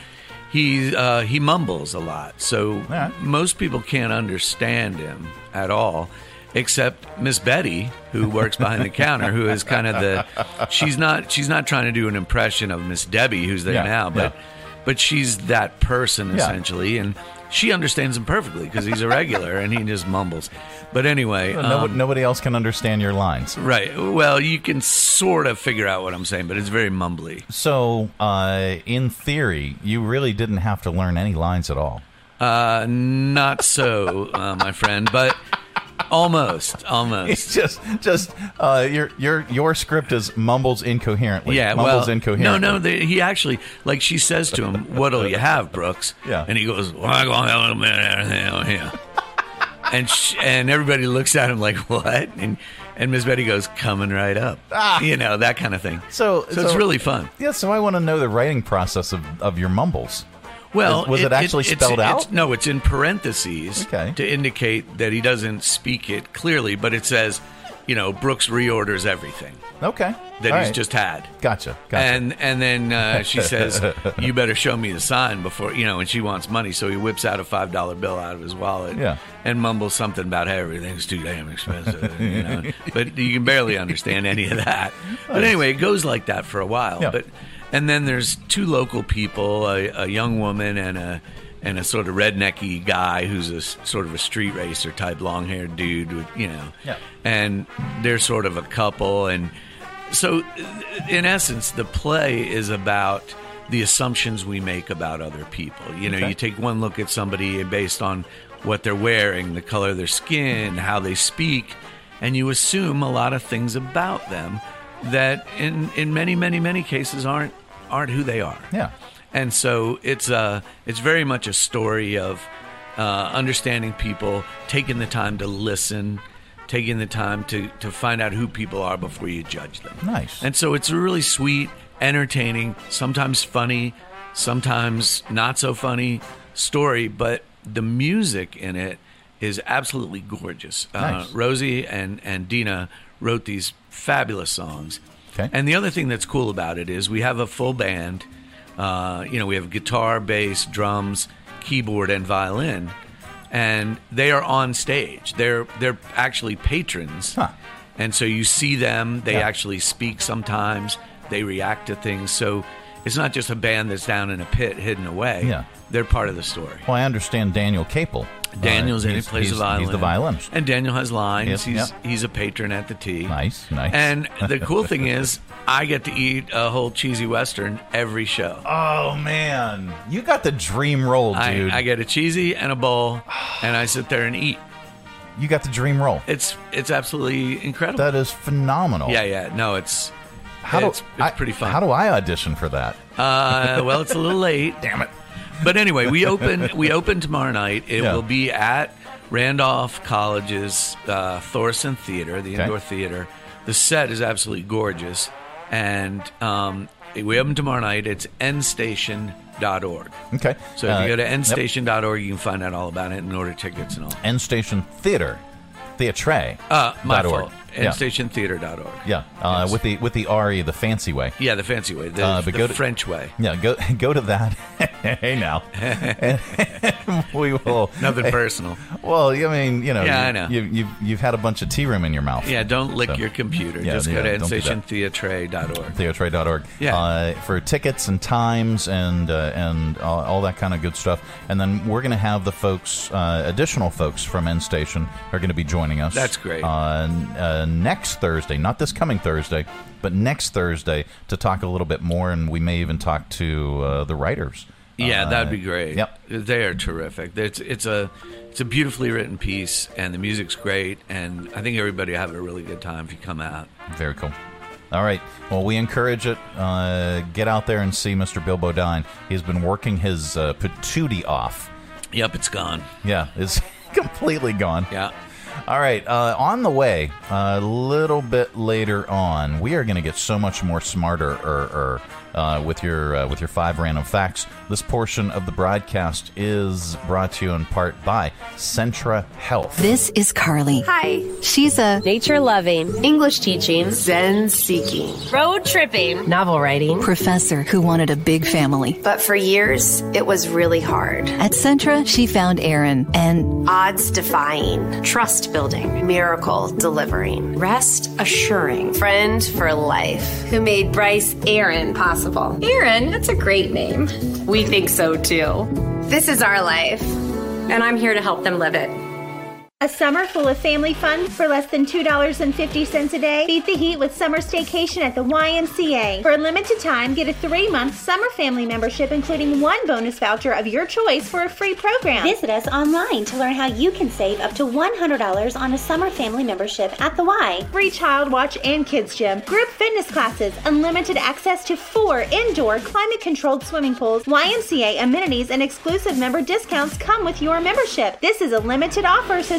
Speaker 6: he uh, he mumbles a lot so
Speaker 12: right.
Speaker 6: most people can't understand him at all except Miss Betty, who works behind the counter, who is kind of the she's not she's not trying to do an impression of Miss Debbie, who's there
Speaker 12: Yeah,
Speaker 6: now, but
Speaker 12: yeah.
Speaker 6: but she's that person
Speaker 12: Yeah.
Speaker 6: essentially, and she understands him perfectly because he's a regular and he just mumbles. But anyway,
Speaker 12: No-
Speaker 6: um,
Speaker 12: nobody else can understand your lines.
Speaker 6: right? Well, you can sort of figure out what I'm saying, but it's very mumbly.
Speaker 12: So, uh, in theory, you really didn't have to learn any lines at all.
Speaker 6: Uh, not so, uh, my friend, but almost, almost.
Speaker 12: It's just, just uh, your your your script is mumbles incoherently.
Speaker 6: Yeah,
Speaker 12: mumbles
Speaker 6: well,
Speaker 12: incoherently.
Speaker 6: No, no, they, he actually like she says to him, "What'll you have, Brooks?" Yeah, and he goes, "Well, I gonna have a little bit of everything out here." and sh- and everybody looks at him like, "What?" And and Miss Betty goes, "Coming right up," you know that kind of thing.
Speaker 12: Ah. So,
Speaker 6: so it's really fun.
Speaker 12: Yeah, so I want to know the writing process of, of your mumbles.
Speaker 6: Well,
Speaker 12: Is- was it, actually
Speaker 6: it's-
Speaker 12: spelled
Speaker 6: it's-
Speaker 12: out?
Speaker 6: no, it's in parentheses to indicate that he doesn't speak it clearly, but it says, you know, Brooks reorders everything
Speaker 12: okay,
Speaker 6: that
Speaker 12: All
Speaker 6: he's
Speaker 12: right.
Speaker 6: just had.
Speaker 12: Gotcha, gotcha.
Speaker 6: And and then uh, she says, "You better show me the sign before you know." And she wants money, so he whips out a five dollar bill out of his wallet,
Speaker 12: Yeah.
Speaker 6: and mumbles something about how everything's too damn expensive. you know? But you can barely understand any of that. But
Speaker 12: Nice.
Speaker 6: anyway, it goes like that for a while.
Speaker 12: Yeah.
Speaker 6: But and then there's two local people, a, a young woman and a and a sort of rednecky guy who's a s- sort of a street racer type, long haired dude with you know
Speaker 12: Yeah.
Speaker 6: and they're sort of a couple and so in essence the play is about the assumptions we make about other people you know
Speaker 12: Okay.
Speaker 6: you take one look at somebody based on what they're wearing the color of their skin how they speak and you assume a lot of things about them that in in many many many cases aren't aren't who they are
Speaker 12: Yeah.
Speaker 6: and so it's a it's very much a story of uh, understanding people, taking the time to listen, taking the time to to find out who people are before you judge them.
Speaker 12: Nice.
Speaker 6: And so it's really sweet, entertaining, sometimes funny, sometimes not so funny story, but the music in it is absolutely gorgeous.
Speaker 12: Nice.
Speaker 6: Uh, Rosie and and Dina wrote these fabulous songs.
Speaker 12: Okay.
Speaker 6: And the other thing that's cool about it is we have a full band. Uh, you know, we have guitar, bass, drums, keyboard, and violin, and they are on stage. They're they're actually patrons, and so you see them. They
Speaker 12: Yeah.
Speaker 6: actually speak sometimes. They react to things. So it's not just a band that's down in a pit hidden away.
Speaker 12: Yeah.
Speaker 6: they're part of the story.
Speaker 12: Well, I understand Daniel Capel. Uh,
Speaker 6: Daniel's in. He
Speaker 12: he's-
Speaker 6: plays
Speaker 12: he's-
Speaker 6: the violin.
Speaker 12: He's the violinist.
Speaker 6: And Daniel has lines.
Speaker 12: Yes,
Speaker 6: he's
Speaker 12: yep.
Speaker 6: he's a patron at the tea.
Speaker 12: Nice, nice.
Speaker 6: And the cool thing is, I get to eat a whole cheesy western every show.
Speaker 12: Oh man, you got the dream role, dude.
Speaker 6: I, I get a cheesy and a bowl, and I sit there and eat.
Speaker 12: you got the dream role.
Speaker 6: It's it's absolutely incredible.
Speaker 12: That is phenomenal.
Speaker 6: yeah, yeah. No, it's
Speaker 12: How do-
Speaker 6: it's, it's pretty fun.
Speaker 12: How do I audition for that?
Speaker 6: Uh, well, it's a little late. Damn it. But anyway, we open we open tomorrow night. It
Speaker 12: Yeah.
Speaker 6: will be at Randolph College's uh, Thorson Theater, the
Speaker 12: Okay.
Speaker 6: indoor theater. The set is absolutely gorgeous, and um, we open tomorrow night. It's nstation.org.
Speaker 12: Okay.
Speaker 6: So if
Speaker 12: Uh,
Speaker 6: you go to
Speaker 12: yep.
Speaker 6: nstation.org, you can find out all about it and order tickets and all.
Speaker 12: End Station Theater, Theatre.
Speaker 6: Uh, my
Speaker 12: dot org.
Speaker 6: fault.
Speaker 12: Yeah.
Speaker 6: Nstationtheater.org.
Speaker 12: Yeah, uh, with the with the re the fancy way.
Speaker 6: Yeah, the fancy way, the,
Speaker 12: Uh, but
Speaker 6: the
Speaker 12: go to-
Speaker 6: French way.
Speaker 12: Yeah, go go to that. hey now, And we will
Speaker 6: Nothing personal.
Speaker 12: Well, I mean, you know,
Speaker 6: Yeah,
Speaker 12: you,
Speaker 6: I know.
Speaker 12: You, you've you've had a bunch of tea room in your mouth.
Speaker 6: Yeah, don't lick
Speaker 12: So,
Speaker 6: your computer.
Speaker 12: yeah,
Speaker 6: Just
Speaker 12: yeah,
Speaker 6: go to
Speaker 12: don't do that.
Speaker 6: nstationtheatre.org.
Speaker 12: theotrade.org
Speaker 6: Yeah.
Speaker 12: uh, for tickets and times and uh, and all, all that kind of good stuff. And then we're going to have the folks, uh, additional folks from N Station are going to be joining us.
Speaker 6: That's great.
Speaker 12: Uh, n- uh, next Thursday, not this coming Thursday, but next Thursday to talk a little bit more, and we may even talk to uh, the writers.
Speaker 6: Yeah,
Speaker 12: Uh,
Speaker 6: that'd be great.
Speaker 12: Yep.
Speaker 6: they are terrific. It's it's a it's a beautifully written piece, and the music's great. And I think everybody will have a really good time if you come out.
Speaker 12: Very cool. All right. Well, we encourage it. Uh, get out there and see Mr. Bill Bodine. He's been working his uh, patootie off.
Speaker 6: Yep, it's gone.
Speaker 12: Yeah, it's completely gone.
Speaker 6: Yeah.
Speaker 12: All right. Uh, on the way, a little bit later on, we are going to get so much more smarter uh, with your uh, with your five random facts. This portion of the broadcast is brought to you in part by Centra Health.
Speaker 15: This is Carly.
Speaker 16: Hi.
Speaker 15: She's a
Speaker 16: nature loving, English teaching,
Speaker 17: Zen seeking,
Speaker 16: road tripping,
Speaker 17: novel writing
Speaker 15: professor who wanted a big family.
Speaker 17: But for years, it was really hard.
Speaker 15: At Centra, she found Aaron and
Speaker 17: odds defying, trust building, miracle delivering, rest assuring, friend for life,
Speaker 16: who made Bryce Aaron possible.
Speaker 17: Aaron, that's a great name.
Speaker 16: We think so too. This is our life, and I'm here to help them live it.
Speaker 18: A summer full of family fun for less than $2.50 a day? Beat the heat with summer staycation at the YMCA. For a limited time, get a three month summer family membership, including one bonus voucher of your choice for a free program. Visit us online to learn how you can save up to $100 on a summer family membership at the Y. Free child watch and kids gym, group fitness classes, unlimited access to four indoor climate controlled swimming pools. YMCA amenities and exclusive member discounts come with your membership. This is a limited offer, so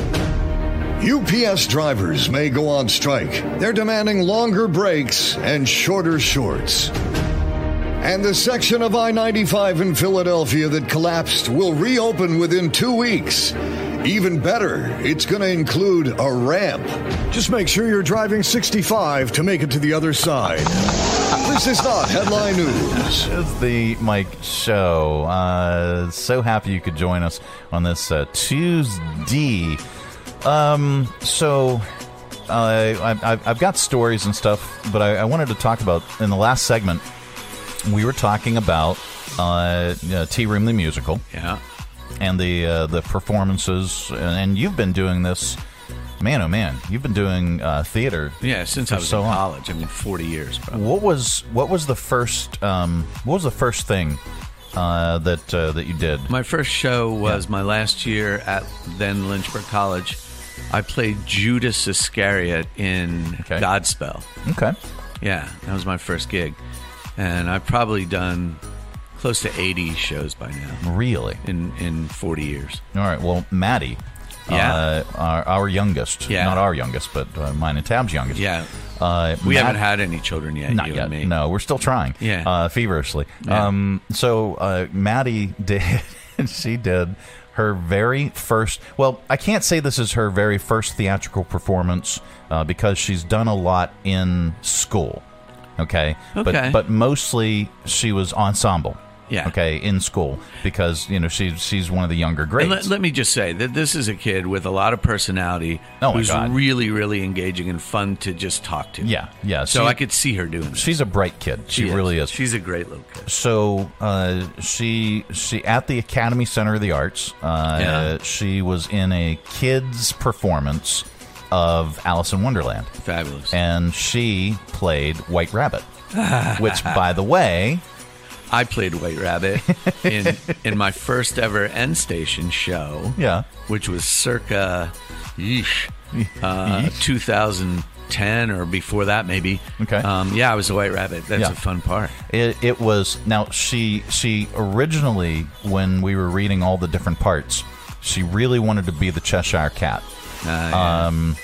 Speaker 19: UPS drivers may go on strike. They're demanding longer breaks and shorter shorts. And the section of I 95 in Philadelphia that collapsed will reopen within two weeks. Even better, it's going to include a ramp. Just make sure you're driving 65 to make it to the other side. this is not headline news.
Speaker 12: It's the Mike Show. Uh, so happy you could join us on this uh, Tuesday. Um, so. Uh, I, have got stories and stuff, but I, I wanted to talk about in the last segment. We were talking about uh, uh, Tea Room the musical,
Speaker 6: yeah,
Speaker 12: and the uh, the performances, and you've been doing this, man. Oh man, you've been doing uh, theater,
Speaker 6: yeah, since
Speaker 12: for
Speaker 6: I was
Speaker 12: so
Speaker 6: in
Speaker 12: long.
Speaker 6: college. I mean, forty years. Probably.
Speaker 12: What was what was the first um, what was the first thing uh, that uh, that you did?
Speaker 6: My first show was my last year at then Lynchburg College. I played Judas Iscariot in Godspell.
Speaker 12: Okay,
Speaker 6: Yeah, that was my first gig, and I've probably done close to eighty shows by now.
Speaker 12: really.
Speaker 6: In in forty years.
Speaker 12: All right. Well, Maddie,
Speaker 6: Yeah.
Speaker 12: uh, our, our youngest,
Speaker 6: Yeah.
Speaker 12: not our youngest, but uh, mine and Tab's youngest.
Speaker 6: Yeah.
Speaker 12: Uh,
Speaker 6: We
Speaker 12: Matt-
Speaker 6: haven't had any children yet.
Speaker 12: Not
Speaker 6: you
Speaker 12: yet.
Speaker 6: And me.
Speaker 12: No, we're still trying.
Speaker 6: Yeah.
Speaker 12: Uh, feverishly.
Speaker 6: Yeah.
Speaker 12: Um, so uh, Maddie did. she did her very first. Well, I can't say this is her very first theatrical performance uh, because she's done a lot in school. Okay.
Speaker 6: Okay.
Speaker 12: But but mostly she was ensemble.
Speaker 6: Yeah.
Speaker 12: Okay. In school because you know she she's one of the younger grades.
Speaker 6: And let, let me just say that this is a kid with a lot of personality
Speaker 12: Oh, my
Speaker 6: who's
Speaker 12: God.
Speaker 6: really, really engaging and fun to just talk to.
Speaker 12: Yeah, yeah.
Speaker 6: So
Speaker 12: She-
Speaker 6: I could see her doing that.
Speaker 12: She's a bright kid. She, really is.
Speaker 6: She's a great little kid.
Speaker 12: so uh, she she at the Academy Center of the Arts. Uh,
Speaker 6: Yeah.
Speaker 12: She was in a kids performance of Alice in Wonderland,
Speaker 6: Fabulous.
Speaker 12: and she played White Rabbit, which, by the way,
Speaker 6: I played White Rabbit in in my first ever N Station show.
Speaker 12: Yeah.
Speaker 6: Which was circa yeesh, uh, 2010 or before that, maybe.
Speaker 12: Okay.
Speaker 6: Um, yeah, I was a White Rabbit. That's
Speaker 12: Yeah.
Speaker 6: a fun part.
Speaker 12: It, it was now she she originally when we were reading all the different parts, she really wanted to be the Cheshire Cat.
Speaker 6: Ah, yeah.
Speaker 12: Um,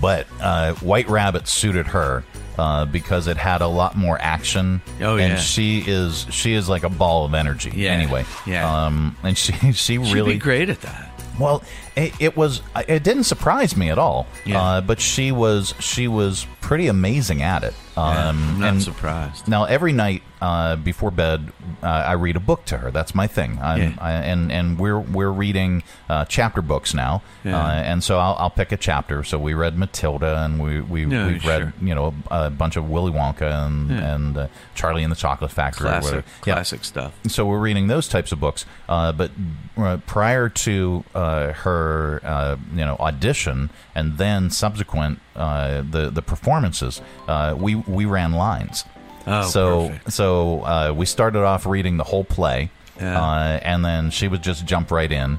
Speaker 12: but uh, White Rabbit suited her uh, because it had a lot more action.
Speaker 6: Oh,
Speaker 12: and
Speaker 6: yeah.
Speaker 12: she is she is like a ball of energy.
Speaker 6: Yeah,
Speaker 12: Anyway,
Speaker 6: yeah.
Speaker 12: Um, and she she
Speaker 6: She'd
Speaker 12: really
Speaker 6: be great at that.
Speaker 12: well, it, it was. It didn't surprise me at all. Uh, but she was. She was pretty amazing at it. Um,
Speaker 6: I'm not
Speaker 12: and
Speaker 6: surprised.
Speaker 12: Now every night uh, before bed, uh, I read a book to her. That's my thing. I'm,
Speaker 6: Yeah.
Speaker 12: I, and and we're we're reading uh, chapter books now.
Speaker 6: Yeah.
Speaker 12: Uh, and so I'll, I'll pick a chapter. So we read Matilda, and we we
Speaker 6: Yeah,
Speaker 12: we've read
Speaker 6: sure.
Speaker 12: you know a, a bunch of Willy Wonka and
Speaker 6: Yeah.
Speaker 12: and uh, Charlie and the Chocolate Factory. or
Speaker 6: Classic,
Speaker 12: whatever.
Speaker 6: classic stuff.
Speaker 12: So we're reading those types of books. Uh, but uh, prior to uh, her, uh, you know, audition and then subsequent uh, the the performances, uh, we we ran lines.
Speaker 6: Oh,
Speaker 12: so so uh, we started off reading the whole play, uh, and then she would just jump right in.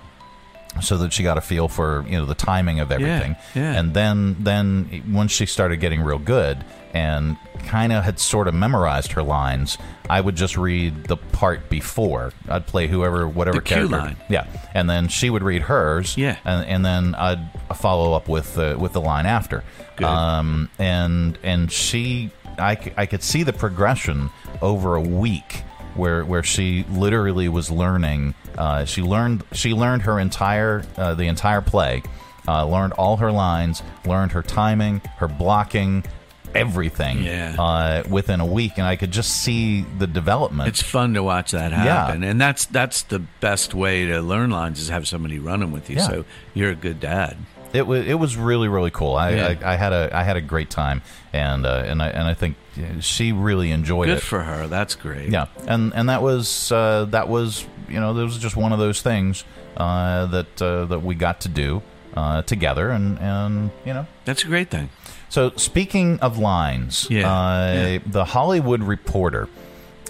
Speaker 12: So that she got a feel for you know the timing of everything,
Speaker 6: yeah.
Speaker 12: and then then once she started getting real good and kind of had sort of memorized her lines, I would just read the part before. I'd play whoever, whatever
Speaker 6: The cue
Speaker 12: character.
Speaker 6: line.
Speaker 12: Yeah, and then she would read hers. Yeah, and, and then I'd follow up with the with the line after.
Speaker 6: Good.
Speaker 12: Um, and and she, I, c- I could see the progression over a week. Where, where she literally was learning, uh, she learned she learned her entire uh, the entire play, uh, learned all her lines, learned her timing, her blocking, everything uh, within a week, and I could just see the development.
Speaker 6: It's fun to watch that
Speaker 12: Yeah.
Speaker 6: happen, and that's that's the best way to learn lines is have somebody run them with you.
Speaker 12: Yeah.
Speaker 6: So you're a good dad.
Speaker 12: It was it was really really cool. I,
Speaker 6: Yeah.
Speaker 12: I, I had a I had a great time, and uh, and I and I think she really enjoyed
Speaker 6: good
Speaker 12: it.
Speaker 6: for her. That's great.
Speaker 12: Yeah, and and that was uh, that was you know that was just one of those things uh, that uh, that we got to do uh, together, and and you know
Speaker 6: that's a great thing.
Speaker 12: So speaking of lines, uh,
Speaker 6: yeah.
Speaker 12: the Hollywood Reporter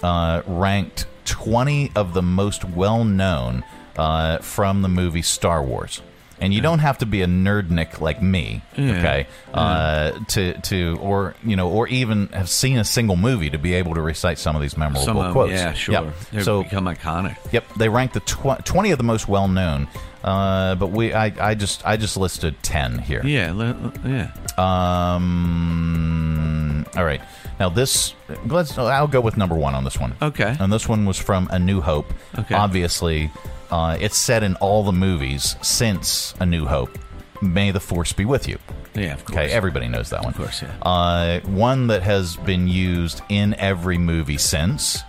Speaker 12: uh, ranked twenty of the most well known uh, from the movie Star Wars. And you don't have to be a nerdnik like me,
Speaker 6: Yeah.
Speaker 12: okay, uh, to to or you know or even have seen a single movie to be able to recite some of these memorable
Speaker 6: Some of 'em,
Speaker 12: quotes.
Speaker 6: yeah, sure. They've
Speaker 12: So
Speaker 6: become iconic.
Speaker 12: Yep, they ranked the tw- twenty of the most well known, uh, but we I, I just I just listed ten here.
Speaker 6: Yeah, le- yeah.
Speaker 12: Um. All right. Now this. Let's. I'll go with number one on this one.
Speaker 6: Okay.
Speaker 12: And this one was from A New Hope.
Speaker 6: Okay.
Speaker 12: Obviously, uh, it's said in all the movies since A New Hope. May the force be with you.
Speaker 6: Yeah, of course.
Speaker 12: Okay, everybody knows that one. Of
Speaker 6: course, yeah.
Speaker 12: Uh, one that has been used in every movie since.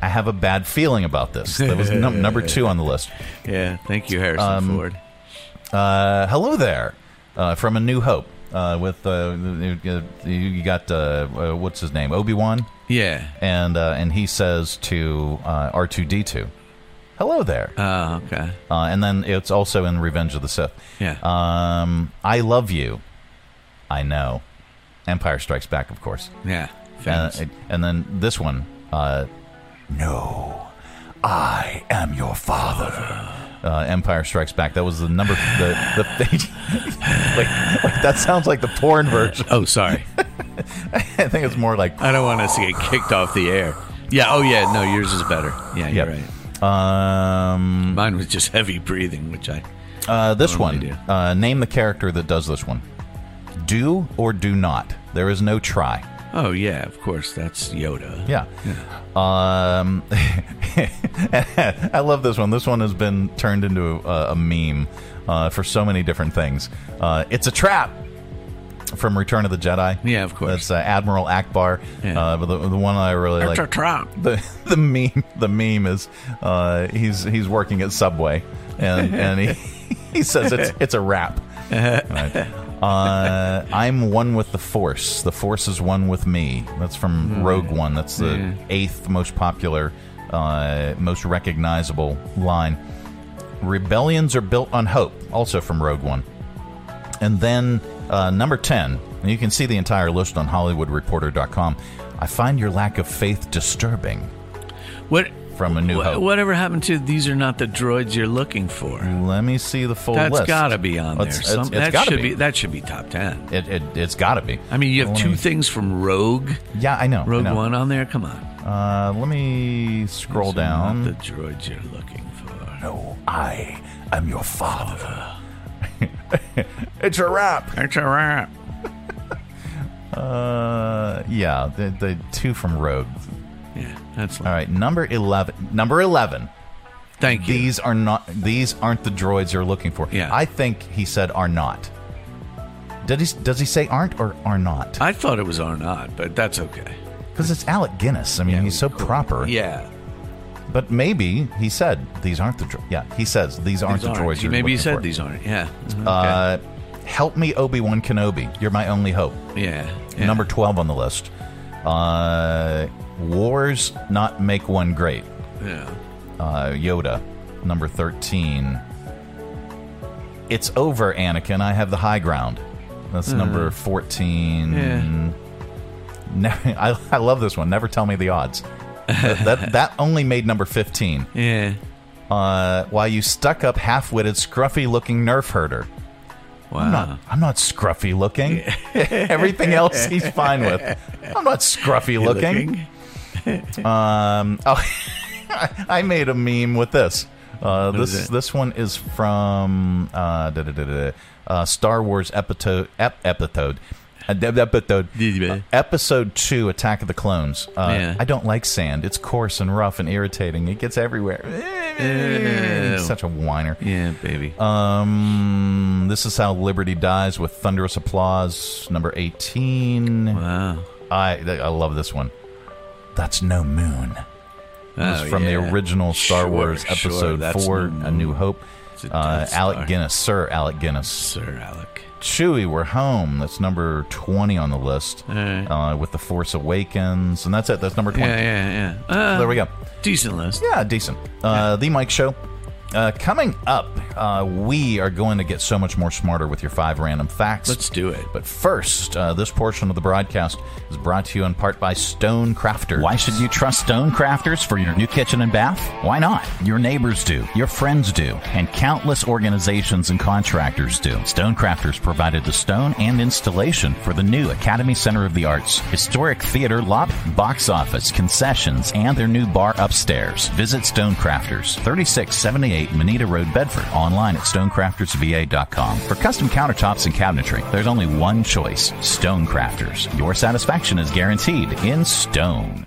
Speaker 12: I have a bad feeling about this. That was num- number two on the list.
Speaker 6: Yeah, thank you, Harrison
Speaker 12: Um,
Speaker 6: Ford.
Speaker 12: Uh, hello there, uh, from A New Hope. Uh, with uh, you- you got uh, uh, what's his name, Obi Wan.
Speaker 6: Yeah.
Speaker 12: and uh, and he says to uh, R two D two, "Hello there."
Speaker 6: Oh, okay.
Speaker 12: Uh, and then it's also in Revenge of the Sith.
Speaker 6: Yeah.
Speaker 12: Um, I love you. I know. Empire Strikes Back, of course. Uh,
Speaker 6: Yeah.
Speaker 12: And, and then this one. Uh, no, I am your father. Uh, Empire Strikes Back. That was the number. The, the like, like that sounds like the porn version.
Speaker 6: Oh, sorry.
Speaker 12: I think it's more like
Speaker 6: I don't want us to get kicked off the air. Yeah. Oh, yeah. No, yours is better. Yeah, you're
Speaker 12: right. Um,
Speaker 6: Mine was just heavy breathing, which I.
Speaker 12: Uh, this
Speaker 6: Normally
Speaker 12: one.
Speaker 6: do.
Speaker 12: Uh, name the character that does this one. Do or do not. There is no try.
Speaker 6: Oh yeah, of course. That's Yoda.
Speaker 12: Yeah. Um, I love this one. This one has been turned into a, a meme uh, for so many different things. Uh, it's a trap from Return of the Jedi.
Speaker 6: Yeah, of course.
Speaker 12: That's uh, Admiral Akbar. Uh, but the, the one I really like.
Speaker 6: It's a trap.
Speaker 12: The, the meme. The meme is uh, he's he's working at Subway and and he, he says it's it's a wrap. Right. Uh, I'm one with the Force. The Force is one with me. That's from
Speaker 6: Hmm.
Speaker 12: Rogue One. That's the
Speaker 6: Yeah.
Speaker 12: eighth most popular, uh, most recognizable line. Rebellions are built on hope, also from Rogue One. And then uh, number 10, and you can see the entire list on HollywoodReporter.com. I find your lack of faith disturbing.
Speaker 6: What?
Speaker 12: From A New
Speaker 6: Wha-
Speaker 12: Hope.
Speaker 6: Whatever happened to these are not the droids you're looking for?
Speaker 12: Let me see the full
Speaker 6: That's
Speaker 12: list.
Speaker 6: gotta be on
Speaker 12: It's-
Speaker 6: there.
Speaker 12: it's-
Speaker 6: Some,
Speaker 12: it's
Speaker 6: that
Speaker 12: gotta
Speaker 6: should
Speaker 12: be.
Speaker 6: be. that should be top ten.
Speaker 12: It, it, it's got to be.
Speaker 6: I mean, you have
Speaker 12: Let
Speaker 6: two
Speaker 12: me-
Speaker 6: things from Rogue.
Speaker 12: Yeah, I know. I
Speaker 6: Rogue
Speaker 12: know.
Speaker 6: One on there. Come on,
Speaker 12: Uh, let me scroll
Speaker 6: These are not
Speaker 12: down.
Speaker 6: the droids you're looking for.
Speaker 12: No, I am your father. it's a wrap.
Speaker 6: It's a wrap.
Speaker 12: Uh, yeah, the, the two from Rogue.
Speaker 6: Yeah, that's
Speaker 12: all right. Number eleven. Number eleven.
Speaker 6: Thank you.
Speaker 12: These are not. These aren't the droids you're looking for.
Speaker 6: Yeah.
Speaker 12: I think he said are not. Did he? Does he say aren't or are not?
Speaker 6: I thought it was are not, but that's okay.
Speaker 12: Because it's Alec Guinness. I mean, he's so proper.
Speaker 6: Yeah.
Speaker 12: But maybe he said these aren't the. Dro- yeah, he says these aren't
Speaker 6: These
Speaker 12: the
Speaker 6: aren't.
Speaker 12: droids. You're
Speaker 6: Maybe he
Speaker 12: looking
Speaker 6: said
Speaker 12: for.
Speaker 6: these aren't. Yeah. Mhm.
Speaker 12: Uh, help me, Obi Wan Kenobi. You're my only hope.
Speaker 6: Yeah, yeah.
Speaker 12: Number 12 on the list. Uh, wars not make one great.
Speaker 6: Yeah.
Speaker 12: Uh, Yoda. Number 13. It's over, Anakin. I have the high ground. That's
Speaker 6: Uh,
Speaker 12: number 14.
Speaker 6: yeah.
Speaker 12: Never, I, I love this one. Never tell me the odds. that, that, that only made number 15.
Speaker 6: Yeah.
Speaker 12: Uh, while you stuck up, half witted, scruffy looking nerf herder.
Speaker 6: Wow.
Speaker 12: I'm not, I'm not scruffy looking. Everything else he's fine with. I'm not scruffy
Speaker 6: You
Speaker 12: looking.
Speaker 6: Uh,
Speaker 12: um, oh, I made a meme with this. Uh,
Speaker 6: What is
Speaker 12: this
Speaker 6: it?
Speaker 12: this one is from uh, da, da, da, da, da, uh, Star Wars episode ep- episode uh, da- da- episode uh, episode two Attack of the Clones. Uh,
Speaker 6: Yeah.
Speaker 12: I don't like sand. It's coarse and rough and irritating. It gets everywhere.
Speaker 6: Ew.
Speaker 12: Such a whiner.
Speaker 6: Yeah, baby.
Speaker 12: Um, this is how liberty dies with thunderous applause. Number eighteen.
Speaker 6: Wow.
Speaker 12: I I love this one. That's no moon. This
Speaker 6: Oh,
Speaker 12: is from
Speaker 6: yeah.
Speaker 12: the original Star
Speaker 6: Sure,
Speaker 12: Wars
Speaker 6: sure,
Speaker 12: episode
Speaker 6: that's
Speaker 12: four,
Speaker 6: no
Speaker 12: A New
Speaker 6: moon.
Speaker 12: Hope.
Speaker 6: It's a
Speaker 12: Uh,
Speaker 6: Death
Speaker 12: Alec
Speaker 6: Star.
Speaker 12: Guinness, Sir Alec Guinness,
Speaker 6: Sir Alec.
Speaker 12: Chewie, we're home. That's number twenty on the list, uh, with the Force Awakens, and that's it. That's number
Speaker 6: Yeah,
Speaker 12: twenty.
Speaker 6: yeah, yeah. Uh,
Speaker 12: So there we go.
Speaker 6: Decent list.
Speaker 12: Yeah, decent. Uh, The Mike Show. Uh, coming up, uh, we are going to get so much more smarter with your five random facts.
Speaker 6: Let's do it.
Speaker 12: But first, uh, this portion of the broadcast is brought to you in part by Stone Crafter.
Speaker 1: Why should you trust Stone Crafters for your new kitchen and bath? Why not? Your neighbors do, your friends do, and countless organizations and contractors do. Stone Crafters provided the stone and installation for the new Academy Center of the Arts, historic theater lobby, box office, concessions, and their new bar upstairs. Visit Stone Crafters, 3678 Manita Road, Bedford, online at stonecraftersva.com. For custom countertops and cabinetry, there's only one choice, Stone Crafters. Your satisfaction is guaranteed in stone.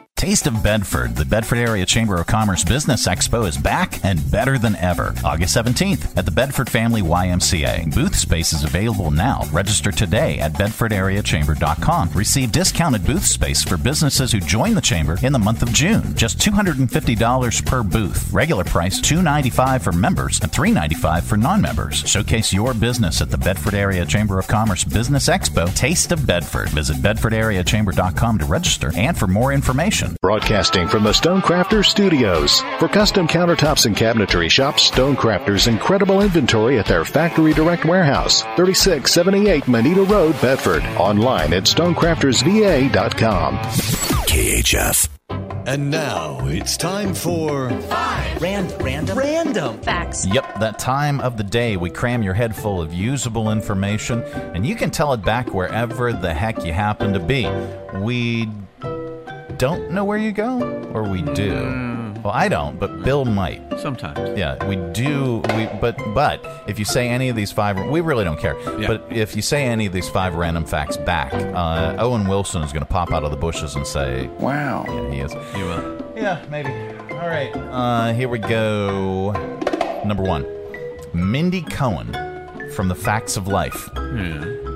Speaker 1: Taste of Bedford, the Bedford Area Chamber of Commerce Business Expo is back and better than ever. August 17th at the Bedford Family YMCA. Booth space is available now. Register today at bedfordareachamber.com. Receive discounted booth space for businesses who join the chamber in the month of June. Just $250 per booth. Regular price $295 for members and $395 for non-members. Showcase your business at the Bedford Area Chamber of Commerce Business Expo. Taste of Bedford. Visit bedfordareachamber.com to register and for more information.
Speaker 20: Broadcasting from the Stonecrafters Studios. For custom countertops and cabinetry, shop Stonecrafters' incredible inventory at their factory direct warehouse, 3678 Manita Road, Bedford. Online at stonecraftersva.com. KHF.
Speaker 19: And now it's time for
Speaker 9: Random. Random. Random.
Speaker 21: Facts.
Speaker 12: Yep, that time of the day we cram your head full of usable information and you can tell it back wherever the heck you happen to be. We don't know where you go, or we do. Well, I don't, but Bill might.
Speaker 6: Sometimes.
Speaker 12: Yeah, we do. We but but if you say any of these five, we really don't care. But if you say any of these five random facts back, uh, Owen Wilson is going to pop out of the bushes and say, "Wow." Yeah, he is.
Speaker 6: You will.
Speaker 12: Yeah, maybe. All right. Uh, here we go. Number one, Mindy Cohen from The Facts of Life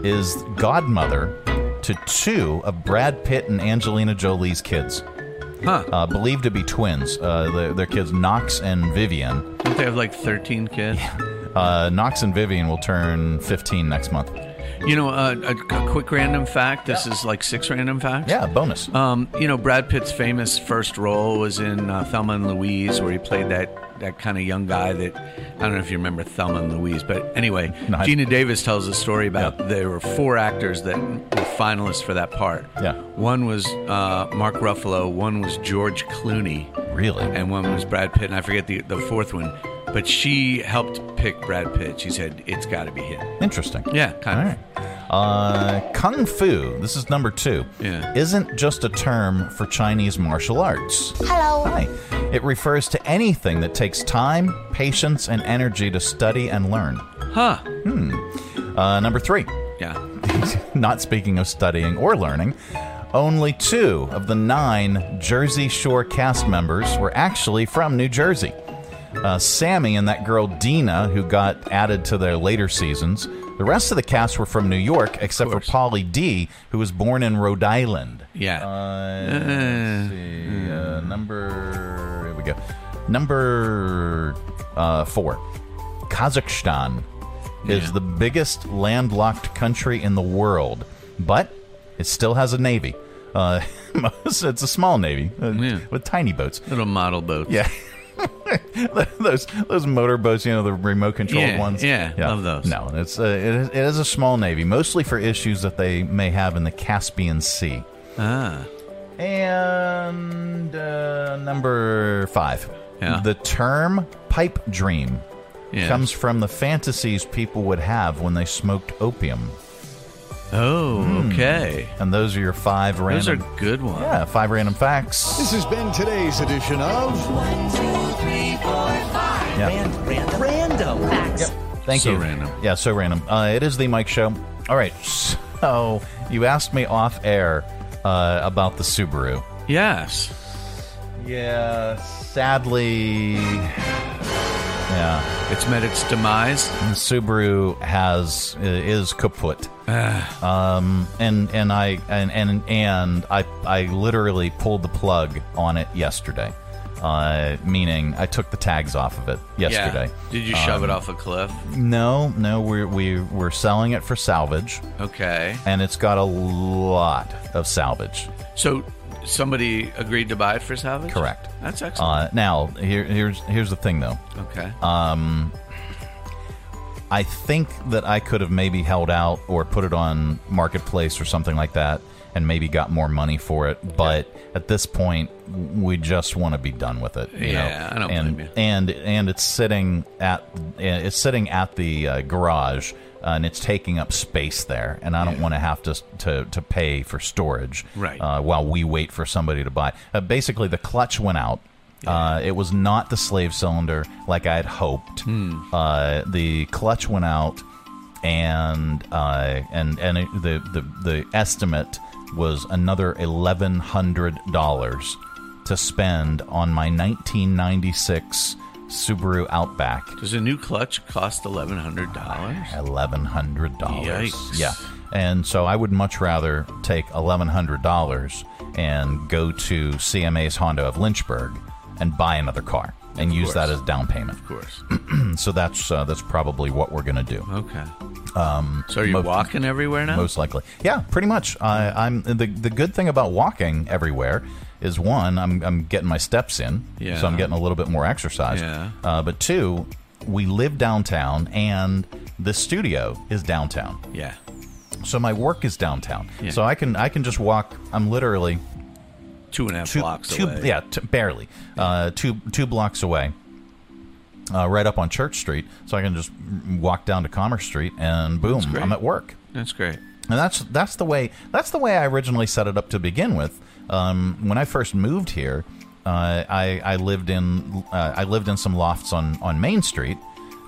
Speaker 12: is godmother to two of Brad Pitt and Angelina Jolie's kids. Uh, believed to be twins. Uh, their, their kids, Knox and Vivian.
Speaker 6: Don't they have like 13 kids?
Speaker 12: Uh, Knox and Vivian will turn 15 next month.
Speaker 6: You know, uh, a, a quick random fact. This is like six random facts.
Speaker 12: Yeah, bonus.
Speaker 6: Um, you know, Brad Pitt's famous first role was in uh, Thelma and Louise, where he played that that kind of young guy that I don't know if you remember Thelma and Louise, but anyway,
Speaker 12: No, I-
Speaker 6: Gina Davis tells a story about there were four actors that were finalists for that part.
Speaker 12: Yeah.
Speaker 6: One was uh, Mark Ruffalo, one was George Clooney,
Speaker 12: really,
Speaker 6: and one was Brad Pitt, and I forget the the fourth one. But she helped pick Brad Pitt. She said it's got to be him.
Speaker 12: Interesting.
Speaker 6: Yeah, kind
Speaker 12: of. Uh, Kung Fu, this is number two, yeah. isn't just a term for Chinese martial arts.
Speaker 13: Hello.
Speaker 12: Hi. It refers to anything that takes time, patience, and energy to study and learn.
Speaker 6: Huh.
Speaker 12: Hmm. Uh, number three.
Speaker 6: Yeah.
Speaker 12: Not speaking of studying or learning, only two of the nine Jersey Shore cast members were actually from New Jersey. Uh, Sammy and that girl Dina, who got added to their later seasons. The rest of the cast were from New York, except for Polly D, who was born in Rhode Island.
Speaker 6: Yeah.
Speaker 12: Uh, let's see. Uh, number. Here we go. Number uh, four. Kazakhstan is the biggest landlocked country in the world, but it still has a navy. Uh, it's a small navy uh, with tiny boats,
Speaker 6: little model boats.
Speaker 12: Yeah. those those motor boats, you know, the remote controlled
Speaker 6: Yeah,
Speaker 12: ones.
Speaker 6: yeah, love those.
Speaker 12: No, it's uh, it, is, it is a small navy, mostly for issues that they may have in the Caspian Sea.
Speaker 6: Ah.
Speaker 12: And uh, number five.
Speaker 6: Yeah.
Speaker 12: The term pipe dream
Speaker 6: Yes.
Speaker 12: comes from the fantasies people would have when they smoked opium. Hmm.
Speaker 6: Oh, okay.
Speaker 12: And those are your five
Speaker 6: Those
Speaker 12: random.
Speaker 6: are good ones.
Speaker 12: Yeah, five random facts.
Speaker 19: This has been today's edition of
Speaker 12: Yeah.
Speaker 2: Random. Random. Facts.
Speaker 12: Thank
Speaker 6: So
Speaker 12: you.
Speaker 6: random.
Speaker 12: Yeah, so random. Uh, it is the Mike Show. All right. So you asked me off air uh, about the Subaru.
Speaker 6: Yes.
Speaker 12: Yeah. Sadly. Yeah.
Speaker 6: It's met its demise.
Speaker 12: Subaru has uh, is kaput.
Speaker 6: Ah.
Speaker 12: um. And and I and and and I I literally pulled the plug on it yesterday. Uh, meaning I took the tags off of it yesterday.
Speaker 6: Yeah. Did you shove
Speaker 12: Um,
Speaker 6: it off a cliff?
Speaker 12: No, no, we're we, we're selling it for salvage,
Speaker 6: Okay.
Speaker 12: and it's got a lot of salvage.
Speaker 6: So somebody agreed to buy it for salvage?
Speaker 12: Correct.
Speaker 6: That's excellent.
Speaker 12: Uh, now, here, here's here's the thing, though.
Speaker 6: Okay.
Speaker 12: Um, I think that I could have maybe held out or put it on marketplace or something like that, and maybe got more money for it. But at this point, we just want to be done with it. You
Speaker 6: Yeah,
Speaker 12: know?
Speaker 6: I don't
Speaker 12: and,
Speaker 6: blame you.
Speaker 12: And and it's sitting at eh, it's sitting at the uh, garage. uh, and it's taking up space there, and I don't want to have to, to to pay for storage
Speaker 6: Right.
Speaker 12: uh, while we wait for somebody to buy. Uh, basically, the clutch went out. Uh, it was not the slave cylinder like I had hoped.
Speaker 6: Hmm.
Speaker 12: Uh, the clutch went out, and uh, and and it, the, the the estimate was another eleven hundred dollars to spend on my 1996 Subaru Outback.
Speaker 6: Does a new clutch cost eleven hundred dollars?
Speaker 12: Eleven hundred dollars.
Speaker 6: Yikes.
Speaker 12: Yeah, and so I would much rather take eleven hundred dollars and go to CMA's Honda of Lynchburg and buy another car and
Speaker 6: Of
Speaker 12: use that
Speaker 6: course.
Speaker 12: as down payment. Of
Speaker 6: course.
Speaker 12: so that's uh, that's probably what we're gonna do.
Speaker 6: Okay.
Speaker 12: Um,
Speaker 6: So are you walking everywhere now?
Speaker 12: Most likely, yeah, pretty much. I, I'm the the good thing about walking everywhere is one, I'm I'm getting my steps in,
Speaker 6: Yeah.
Speaker 12: so I'm getting a little bit more exercise.
Speaker 6: Yeah.
Speaker 12: Uh, but two, we live downtown, and the studio is downtown.
Speaker 6: Yeah.
Speaker 12: So my work is downtown.
Speaker 6: Yeah.
Speaker 12: So I can I can just walk. I'm literally
Speaker 6: two and a half blocks
Speaker 12: two,
Speaker 6: away.
Speaker 12: Yeah, t- barely. Uh, two two blocks away. Uh, right up on Church Street, so I can just walk down to Commerce Street, and boom,
Speaker 6: That's great.
Speaker 12: I'm at work.
Speaker 6: That's great.
Speaker 12: And that's that's the way that's the way I originally set it up to begin with. Um, when I first moved here, uh, I, I lived in uh, I lived in some lofts on on Main Street,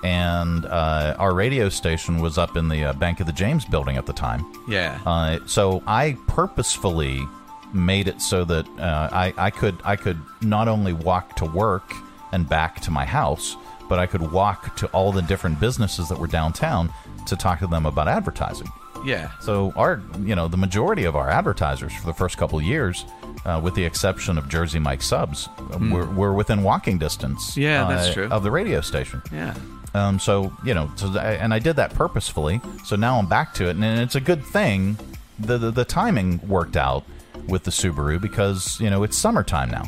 Speaker 12: and uh, our radio station was up in the uh, Bank of the James building at the time.
Speaker 6: Yeah.
Speaker 12: Uh, so I purposefully made it so that uh, I, I could I could not only walk to work and back to my house, but I could walk to all the different businesses that were downtown to talk to them about advertising.
Speaker 6: Yeah.
Speaker 12: So our, you know, the majority of our advertisers for the first couple of years, uh, with the exception of Jersey Mike Subs, uh,
Speaker 6: Hmm.
Speaker 12: were, were within walking distance.
Speaker 6: Yeah, that's
Speaker 12: uh,
Speaker 6: true.
Speaker 12: Of the radio station.
Speaker 6: Yeah.
Speaker 12: Um, so you know, so th- and I did that purposefully. So now I'm back to it, and it's a good thing. The, the the timing worked out with the Subaru because you know it's summertime now.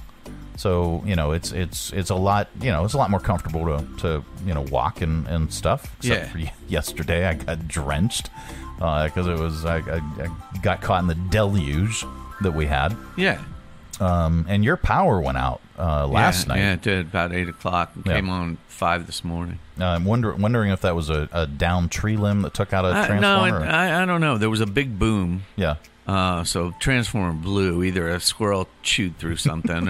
Speaker 12: So you know it's it's it's a lot you know it's a lot more comfortable to, to you know walk and, and stuff. Except
Speaker 6: Yeah.
Speaker 12: for y- yesterday I got drenched because it was I, I, I got caught in the deluge that we had.
Speaker 6: Yeah.
Speaker 12: Um, and your power went out uh, last
Speaker 6: Yeah,
Speaker 12: night.
Speaker 6: Yeah, it did about eight o'clock. It
Speaker 12: Yeah.
Speaker 6: Came on five this morning.
Speaker 12: Uh, I'm wonder- wondering if that was a, a down tree limb that took out a
Speaker 6: I, Uh, no,
Speaker 12: transformer.
Speaker 6: and I, I don't know. There was a big boom.
Speaker 12: Yeah.
Speaker 6: Uh, so transformer blew. Either a squirrel chewed through something,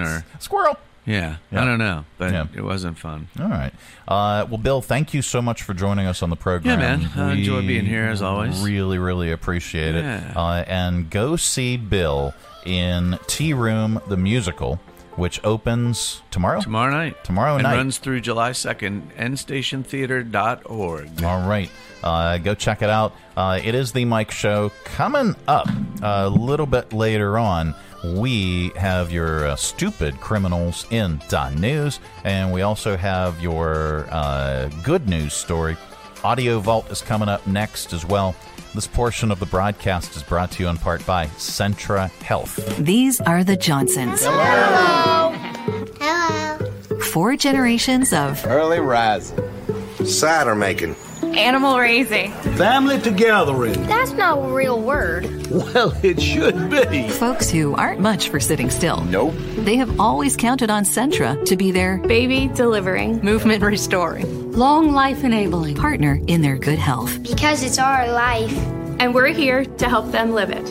Speaker 6: or
Speaker 12: Squirrel.
Speaker 6: yeah,
Speaker 12: Yeah.
Speaker 6: I don't know. But
Speaker 12: Yeah.
Speaker 6: it wasn't fun.
Speaker 12: All right. Uh, well, Bill, thank you so much for joining us on the program.
Speaker 6: Yeah, man. I enjoy being here, as always.
Speaker 12: Really, really appreciate it.
Speaker 6: Yeah.
Speaker 12: Uh, and go see Bill in Tea Room the Musical, which opens tomorrow.
Speaker 6: Tomorrow night.
Speaker 12: Tomorrow
Speaker 6: and
Speaker 12: night.
Speaker 6: runs through July second. EndStationTheater.org.
Speaker 12: All right. Uh, go check it out. Uh, it is the Mike Show. Coming up a little bit later on, we have your uh, stupid criminals in the news, and we also have your uh, good news story. Audio Vault is coming up next as well. This portion of the broadcast is brought to you in part by Centra Health.
Speaker 15: These are the Johnsons.
Speaker 3: Hello.
Speaker 15: Four generations of
Speaker 3: Early rising. Cider making.
Speaker 11: Animal raising.
Speaker 3: Family togethering.
Speaker 11: That's not a real word.
Speaker 3: Well, it should be.
Speaker 15: folks who aren't much for sitting still. Nope. They have always counted on Centra to be their
Speaker 11: Baby delivering. Movement restoring. Long life enabling.
Speaker 15: partner in their good health.
Speaker 11: Because it's our life. And we're here to help them live it.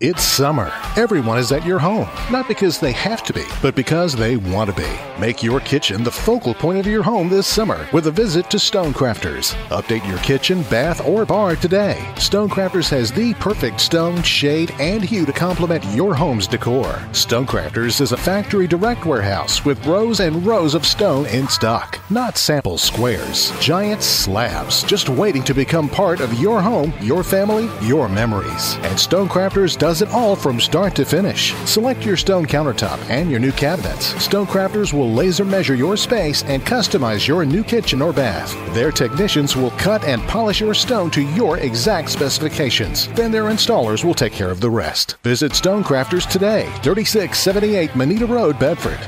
Speaker 20: It's summer. Everyone is at your home, not because they have to be, but because they want to be. Make your kitchen the focal point of your home this summer with a visit to Stonecrafters. Update your kitchen, bath, or bar today. Stonecrafters has the perfect stone, shade, and hue to complement your home's decor. Stonecrafters is a factory direct warehouse with rows and rows of stone in stock, not sample squares, giant slabs, just waiting to become part of your home, your family, your memories. And Stonecrafters does it all from start to finish. Select your stone countertop and your new cabinets. Stonecrafters will laser measure your space and customize your new kitchen or bath. Their technicians will cut and polish your stone to your exact specifications. Then their installers will take care of the rest. Visit Stonecrafters today, 3678 Manita Road, Bedford.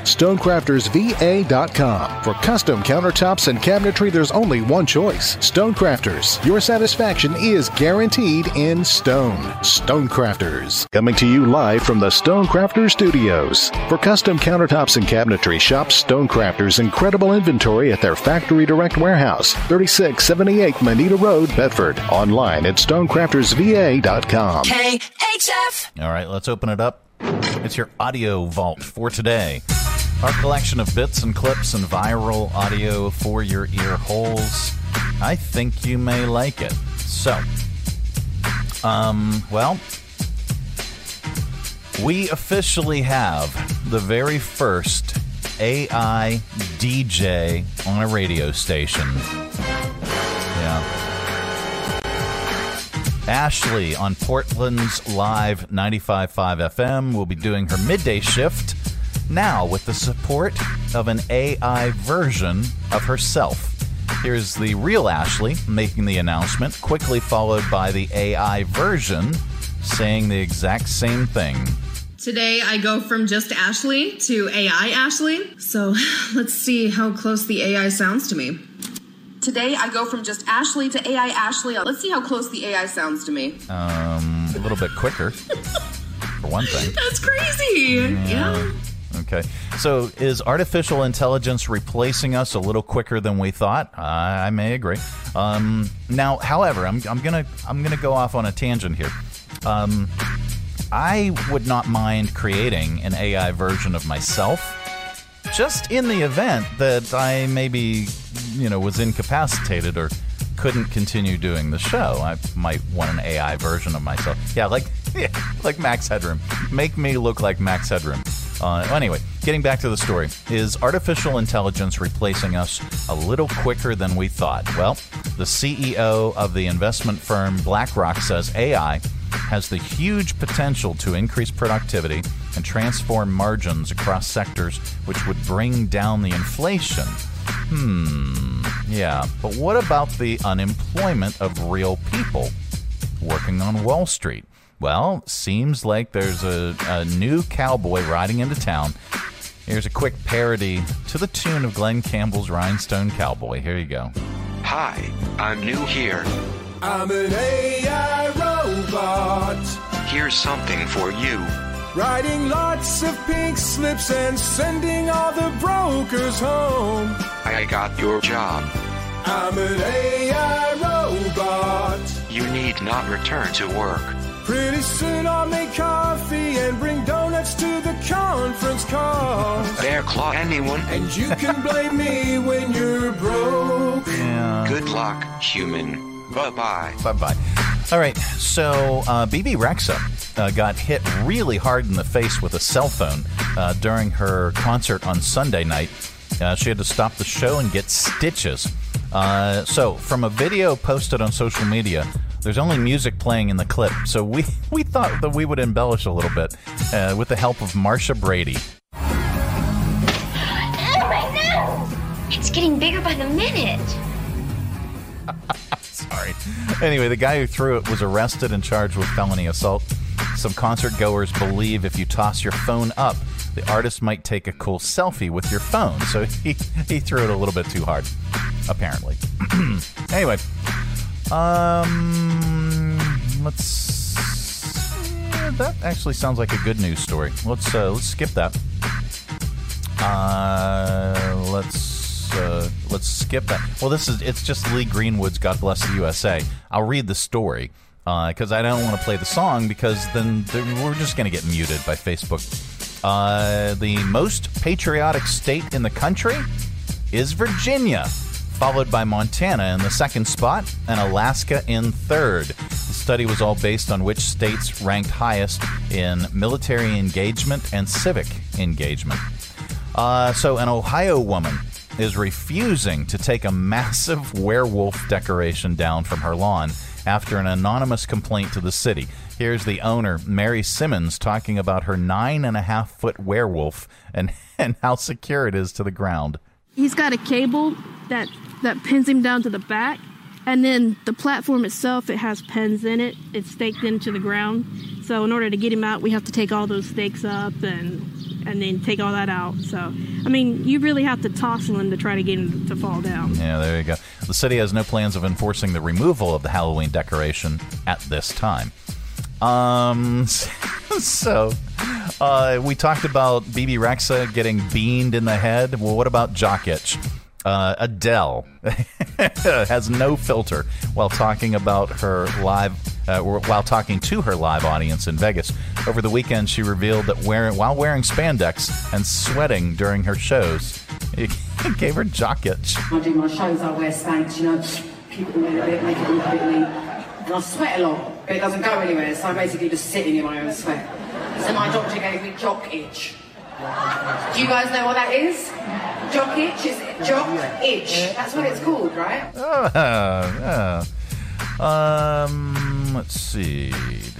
Speaker 20: StonecraftersVA.com. For custom countertops and cabinetry, there's only one choice Stonecrafters. Your satisfaction is guaranteed in stone. Stonecrafters. Coming to you live from the Stonecrafter Studios. For custom countertops and cabinetry, shop Stonecrafter's incredible inventory at their factory direct warehouse, 3678 Manita Road, Bedford. Online at stonecraftersva.com.
Speaker 13: KHF.
Speaker 12: All right, let's open it up. It's your audio vault for today. Our collection of bits and clips and viral audio for your ear holes. I think you may like it. So, um, well, we officially have the very first AI DJ on a radio station. Yeah. Ashley on Portland's Live 95.5 FM will be doing her midday shift now with the support of an AI version of herself. Here's the real Ashley making the announcement, quickly followed by the AI version saying the exact same thing.
Speaker 4: Today I go from just Ashley to AI Ashley. So let's see how close the AI sounds to me. Today I go from just Ashley to AI Ashley. Let's see how close the AI sounds to me.
Speaker 12: Um, a little bit quicker, for one thing.
Speaker 4: That's crazy. Yeah.
Speaker 12: Okay. So is artificial intelligence replacing us a little quicker than we thought? I I may agree. Um, now, however, I'm, I'm gonna I'm gonna go off on a tangent here. Um, I would not mind creating an AI version of myself, just in the event that I maybe you know was incapacitated or couldn't continue doing the show, I might want an AI version of myself. Yeah, like yeah, like Max Headroom. Make me look like Max Headroom. Uh, anyway, getting back to the story, is artificial intelligence replacing us a little quicker than we thought? Well, the CEO of the investment firm BlackRock says AI has the huge potential to increase productivity and transform margins across sectors, which would bring down the inflation. Hmm, yeah, but what about the unemployment of real people working on Wall Street? Well, seems like there's a, a new cowboy riding into town. Here's a quick parody to the tune of Glenn Campbell's Rhinestone Cowboy. Here you go.
Speaker 5: Hi, I'm new here.
Speaker 8: I'm an AI robot,
Speaker 5: Here's something for you.
Speaker 8: writing lots of pink slips and sending all the brokers home.
Speaker 5: I got your job.
Speaker 8: I'm an AI robot.
Speaker 5: You need not return to work.
Speaker 8: Pretty soon I'll make coffee and bring donuts to the conference call.
Speaker 5: There, claw anyone.
Speaker 8: And you can blame me when you're broke.
Speaker 5: Good luck, human. Bye bye.
Speaker 12: Bye bye. All right, so uh, BB Rexa uh, got hit really hard in the face with a cell phone uh, during her concert on Sunday night. Uh, she had to stop the show and get stitches. Uh, so, from a video posted on social media, there's only music playing in the clip, so we, we thought that we would embellish a little bit uh, with the help of Marsha Brady.
Speaker 22: Oh my nose! It's getting bigger by the minute.
Speaker 12: Sorry. Anyway, the guy who threw it was arrested and charged with felony assault. Some concert goers believe if you toss your phone up, the artist might take a cool selfie with your phone. So he, he threw it a little bit too hard, apparently. anyway, um, let's. yeah, Eh, That actually sounds like a good news story. Let's uh, let's skip that. Uh, let's uh, let's skip that. Well, this is it's just Lee Greenwood's "God Bless the USA." I'll read the story because I don't want to play the song because then th- we're just going to get muted by Facebook. Uh, the most patriotic state in the country is Virginia, followed by Montana in the second spot and Alaska in third. The study was all based on which states ranked highest in military engagement and civic engagement. Uh, so, an Ohio woman is refusing to take a massive werewolf decoration down from her lawn after an anonymous complaint to the city. Here's the owner, Mary Simmons, talking about her nine and a half foot werewolf and, and how secure it is to the ground.
Speaker 23: He's got a cable that that pins him down to the back, and then the platform itself it has pins in it. It's staked into the ground. So in order to get him out, we have to take all those stakes up and and then take all that out. So I mean, you really have to toss him to try to get him to fall down.
Speaker 12: Yeah, there you go. The city has no plans of enforcing the removal of the Halloween decoration at this time. Um, so uh, we talked about BB Rexa getting beamed in the head. Well, what about Jock Itch? Uh, Adele has no filter while talking about her live, uh, or while talking to her live audience in Vegas over the weekend. She revealed that wearing while wearing spandex and sweating during her shows, it gave her jock itch.
Speaker 24: When I do my shows, I wear spanks, you know, keep it all in a bit, make it all a bit neat. And I sweat a lot, but it doesn't go anywhere, so I'm basically just sitting in my own sweat. So my doctor gave me jock itch. Do you guys know what that is? Jock itch is jock itch. That's what it's called, right?
Speaker 12: Ah, Oh, yeah. Um, let's see.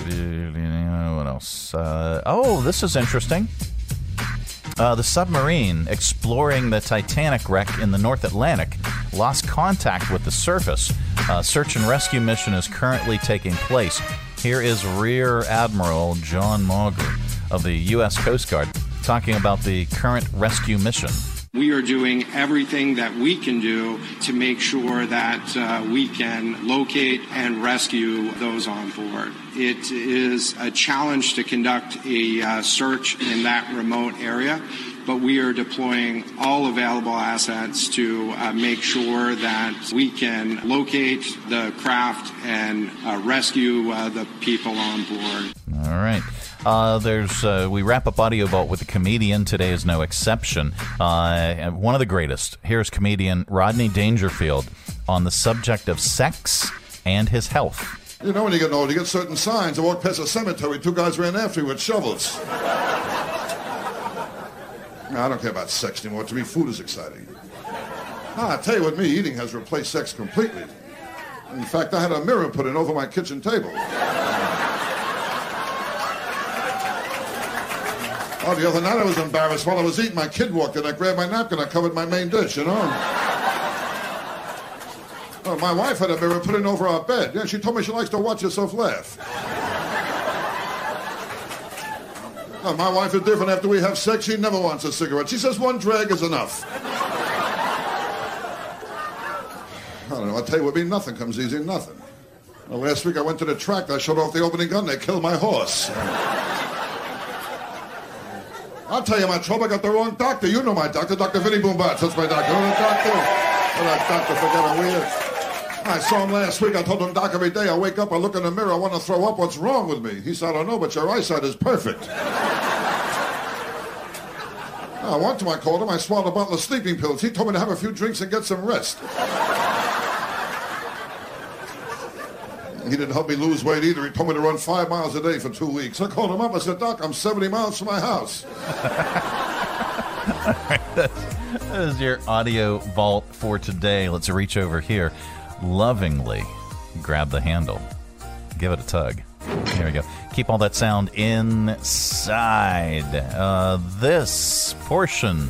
Speaker 12: What else? Uh, oh, this is interesting. Uh, the submarine exploring the Titanic wreck in the North Atlantic lost contact with the surface. Uh, search and rescue mission is currently taking place. Here is Rear Admiral John Mauger of the U.S. Coast Guard talking about the current rescue mission.
Speaker 25: We are doing everything that we can do to make sure that uh, we can locate and rescue those on board. It is a challenge to conduct a uh, search in that remote area, but we are deploying all available assets to uh, make sure that we can locate the craft and uh, rescue uh, the people on board.
Speaker 12: All right. Uh, there's uh, we wrap up audio vault with a comedian. Today is no exception. Uh, and one of the greatest. Here's comedian Rodney Dangerfield on the subject of sex and his health.
Speaker 7: You know, when you get old, you get certain signs. I walked past a cemetery, two guys ran after me with shovels. Now, I don't care about sex anymore. To me, food is exciting. Ah, I tell you what, me eating has replaced sex completely. In fact, I had a mirror put in over my kitchen table. Oh, the other night I was embarrassed. While I was eating, my kid walked in. I grabbed my napkin. I covered my main dish, you know. Oh, my wife had a mirror put in over our bed. Yeah, she told me she likes to watch herself laugh. Oh, my wife is different. After we have sex, she never wants a cigarette. She says one drag is enough. I don't know. I tell you what, me nothing comes easy. Nothing. Well, last week I went to the track. I shot off the opening gun. They killed my horse. I'll tell you my trouble. I got the wrong doctor. You know my doctor, Dr. Vinnie Boombatz. That's my doctor. Oh, doctor. Oh, that doctor, forget him, will you? I saw him last week. I told him, Doc, every day I wake up, I look in the mirror, I want to throw up. What's wrong with me? He said, I don't know, but your eyesight is perfect. I went to, I called him. I swallowed a bottle of sleeping pills. He told me to have a few drinks and get some rest. He didn't help me lose weight either. He told me to run five miles a day for two weeks. I called him up. I said, Doc, I'm 70 miles from my house.
Speaker 12: That is your audio vault for today. Let's reach over here, lovingly grab the handle, give it a tug. Here we go. Keep all that sound inside. Uh, this portion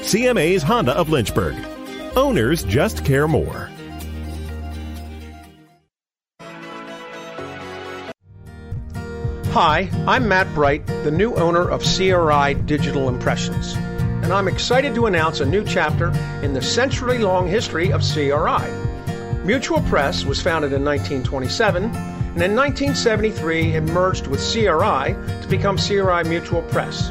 Speaker 10: CMA's Honda of Lynchburg. Owners just care more.
Speaker 14: Hi, I'm Matt Bright, the new owner of CRI Digital Impressions, and I'm excited to announce a new chapter in the century long history of CRI. Mutual Press was founded in 1927, and in 1973 it merged with CRI to become CRI Mutual Press.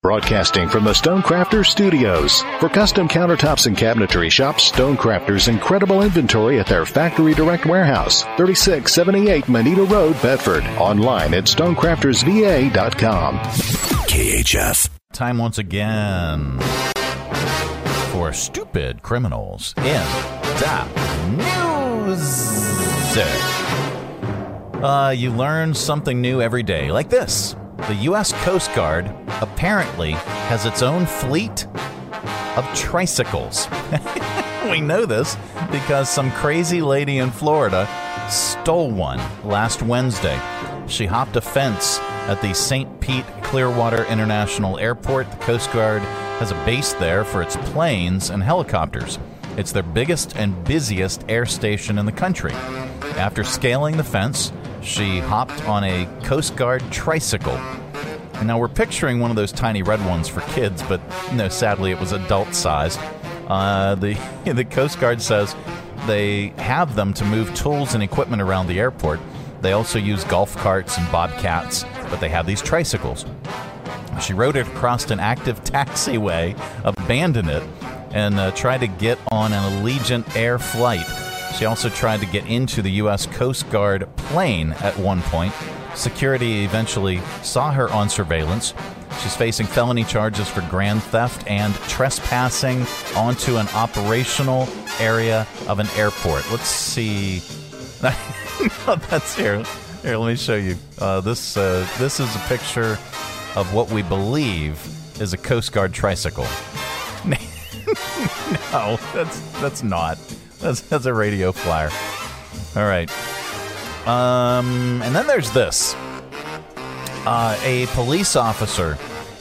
Speaker 20: Broadcasting from the Stonecrafters Studios. For custom countertops and cabinetry, shop Stonecrafters' incredible inventory at their factory direct warehouse, 3678 Manita Road, Bedford. Online at stonecraftersva.com.
Speaker 12: KHF. Time once again for stupid criminals in top news. Uh, you learn something new every day, like this. The U.S. Coast Guard apparently has its own fleet of tricycles. we know this because some crazy lady in Florida stole one last Wednesday. She hopped a fence at the St. Pete Clearwater International Airport. The Coast Guard has a base there for its planes and helicopters. It's their biggest and busiest air station in the country. After scaling the fence, she hopped on a Coast Guard tricycle. And now we're picturing one of those tiny red ones for kids, but no, sadly it was adult sized. Uh, the the Coast Guard says they have them to move tools and equipment around the airport. They also use golf carts and bobcats, but they have these tricycles. She rode it across an active taxiway, abandoned it, and uh, tried to get on an Allegiant Air flight. She also tried to get into the U.S. Coast Guard plane at one point. Security eventually saw her on surveillance. She's facing felony charges for grand theft and trespassing onto an operational area of an airport. Let's see. no, that's here. Here, let me show you. Uh, this uh, this is a picture of what we believe is a Coast Guard tricycle. no, that's that's not. That's that's a radio flyer. All right. Um, and then there's this. Uh, a police officer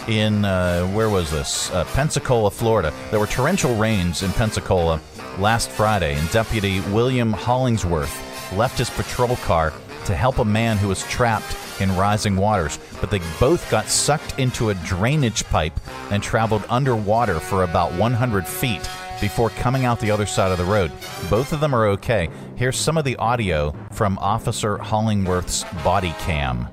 Speaker 12: in uh, where was this? Uh, Pensacola, Florida. There were torrential rains in Pensacola last Friday, and Deputy William Hollingsworth left his patrol car to help a man who was trapped in rising waters. But they both got sucked into a drainage pipe and traveled underwater for about 100 feet before coming out the other side of the road. Both of them are okay. Here's some of the audio from Officer Hollingworth's body cam.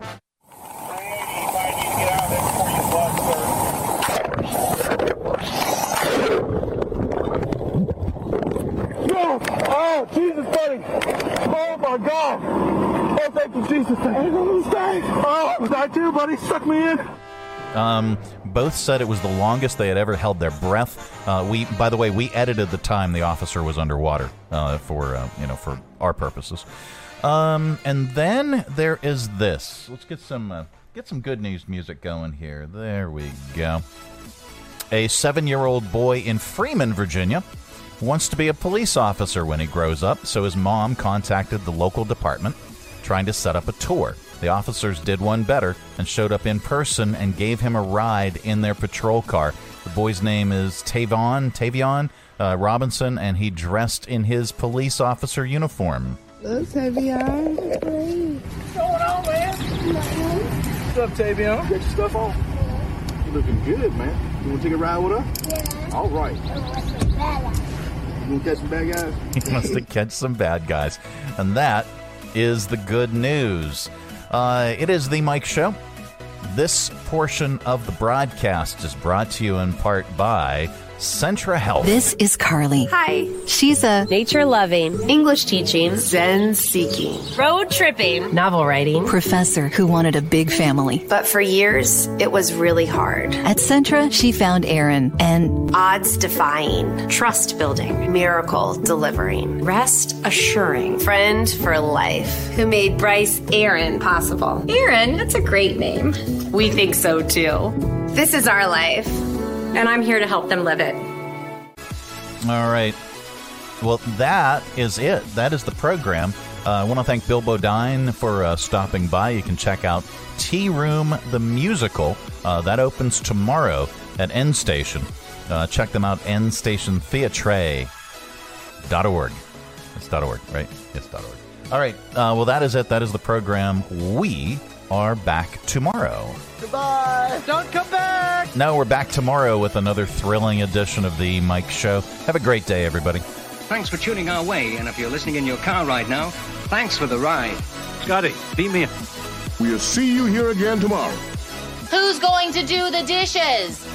Speaker 1: No! Oh, Jesus, buddy! Oh my God! Oh, thank you, Jesus! Oh, was I too, buddy? Suck me in.
Speaker 12: Um, both said it was the longest they had ever held their breath. Uh, we, by the way, we edited the time the officer was underwater uh, for uh, you know for our purposes. Um, and then there is this. Let's get some uh, get some good news music going here. There we go. A seven-year-old boy in Freeman, Virginia, wants to be a police officer when he grows up. So his mom contacted the local department, trying to set up a tour. The officers did one better and showed up in person and gave him a ride in their patrol car. The boy's name is Tavon Tavion uh, Robinson, and he dressed in his police officer uniform.
Speaker 9: Hello, Tavion. What's going on, man? What's up, Tavion? Get your stuff on. You looking good, man. You want to take a ride with us? Yeah. All right.
Speaker 22: Oh,
Speaker 9: You want to catch some bad guys?
Speaker 12: He wants to catch some bad guys, and that is the good news. Uh, it is the Mike Show. This portion of the broadcast is brought to you in part by Centra Health.
Speaker 15: This is Carly.
Speaker 16: Hi.
Speaker 15: She's a
Speaker 16: Nature loving, English teaching, Zen seeking, road tripping, novel writing
Speaker 15: professor who wanted a big family.
Speaker 16: But for years, it was really hard.
Speaker 15: At Centra, she found Aaron and
Speaker 16: Odds defying, trust building, miracle delivering, rest assuring, friend for life, who made Bryce Aaron possible. Aaron, that's a great name. We think so too. This is our life, and I'm here to help them live it.
Speaker 12: All right. Well, that is it. That is the program. Uh, I want to thank Bill Bodine for uh, stopping by. You can check out Tea Room the Musical. Uh, that opens tomorrow at N Station. Uh, check them out, nstationtheatre.org. It's .org, right? It's .org. All right. Uh, well, that is it. That is the program. We are back tomorrow.
Speaker 9: Goodbye. Don't come back.
Speaker 12: No, we're back tomorrow with another thrilling edition of the Mike Show. Have a great day, everybody.
Speaker 18: Thanks for tuning our way, and if you're listening in your car right now, thanks for the ride. Scotty, beat me up.
Speaker 21: We'll see you here again tomorrow.
Speaker 19: Who's going to do the dishes?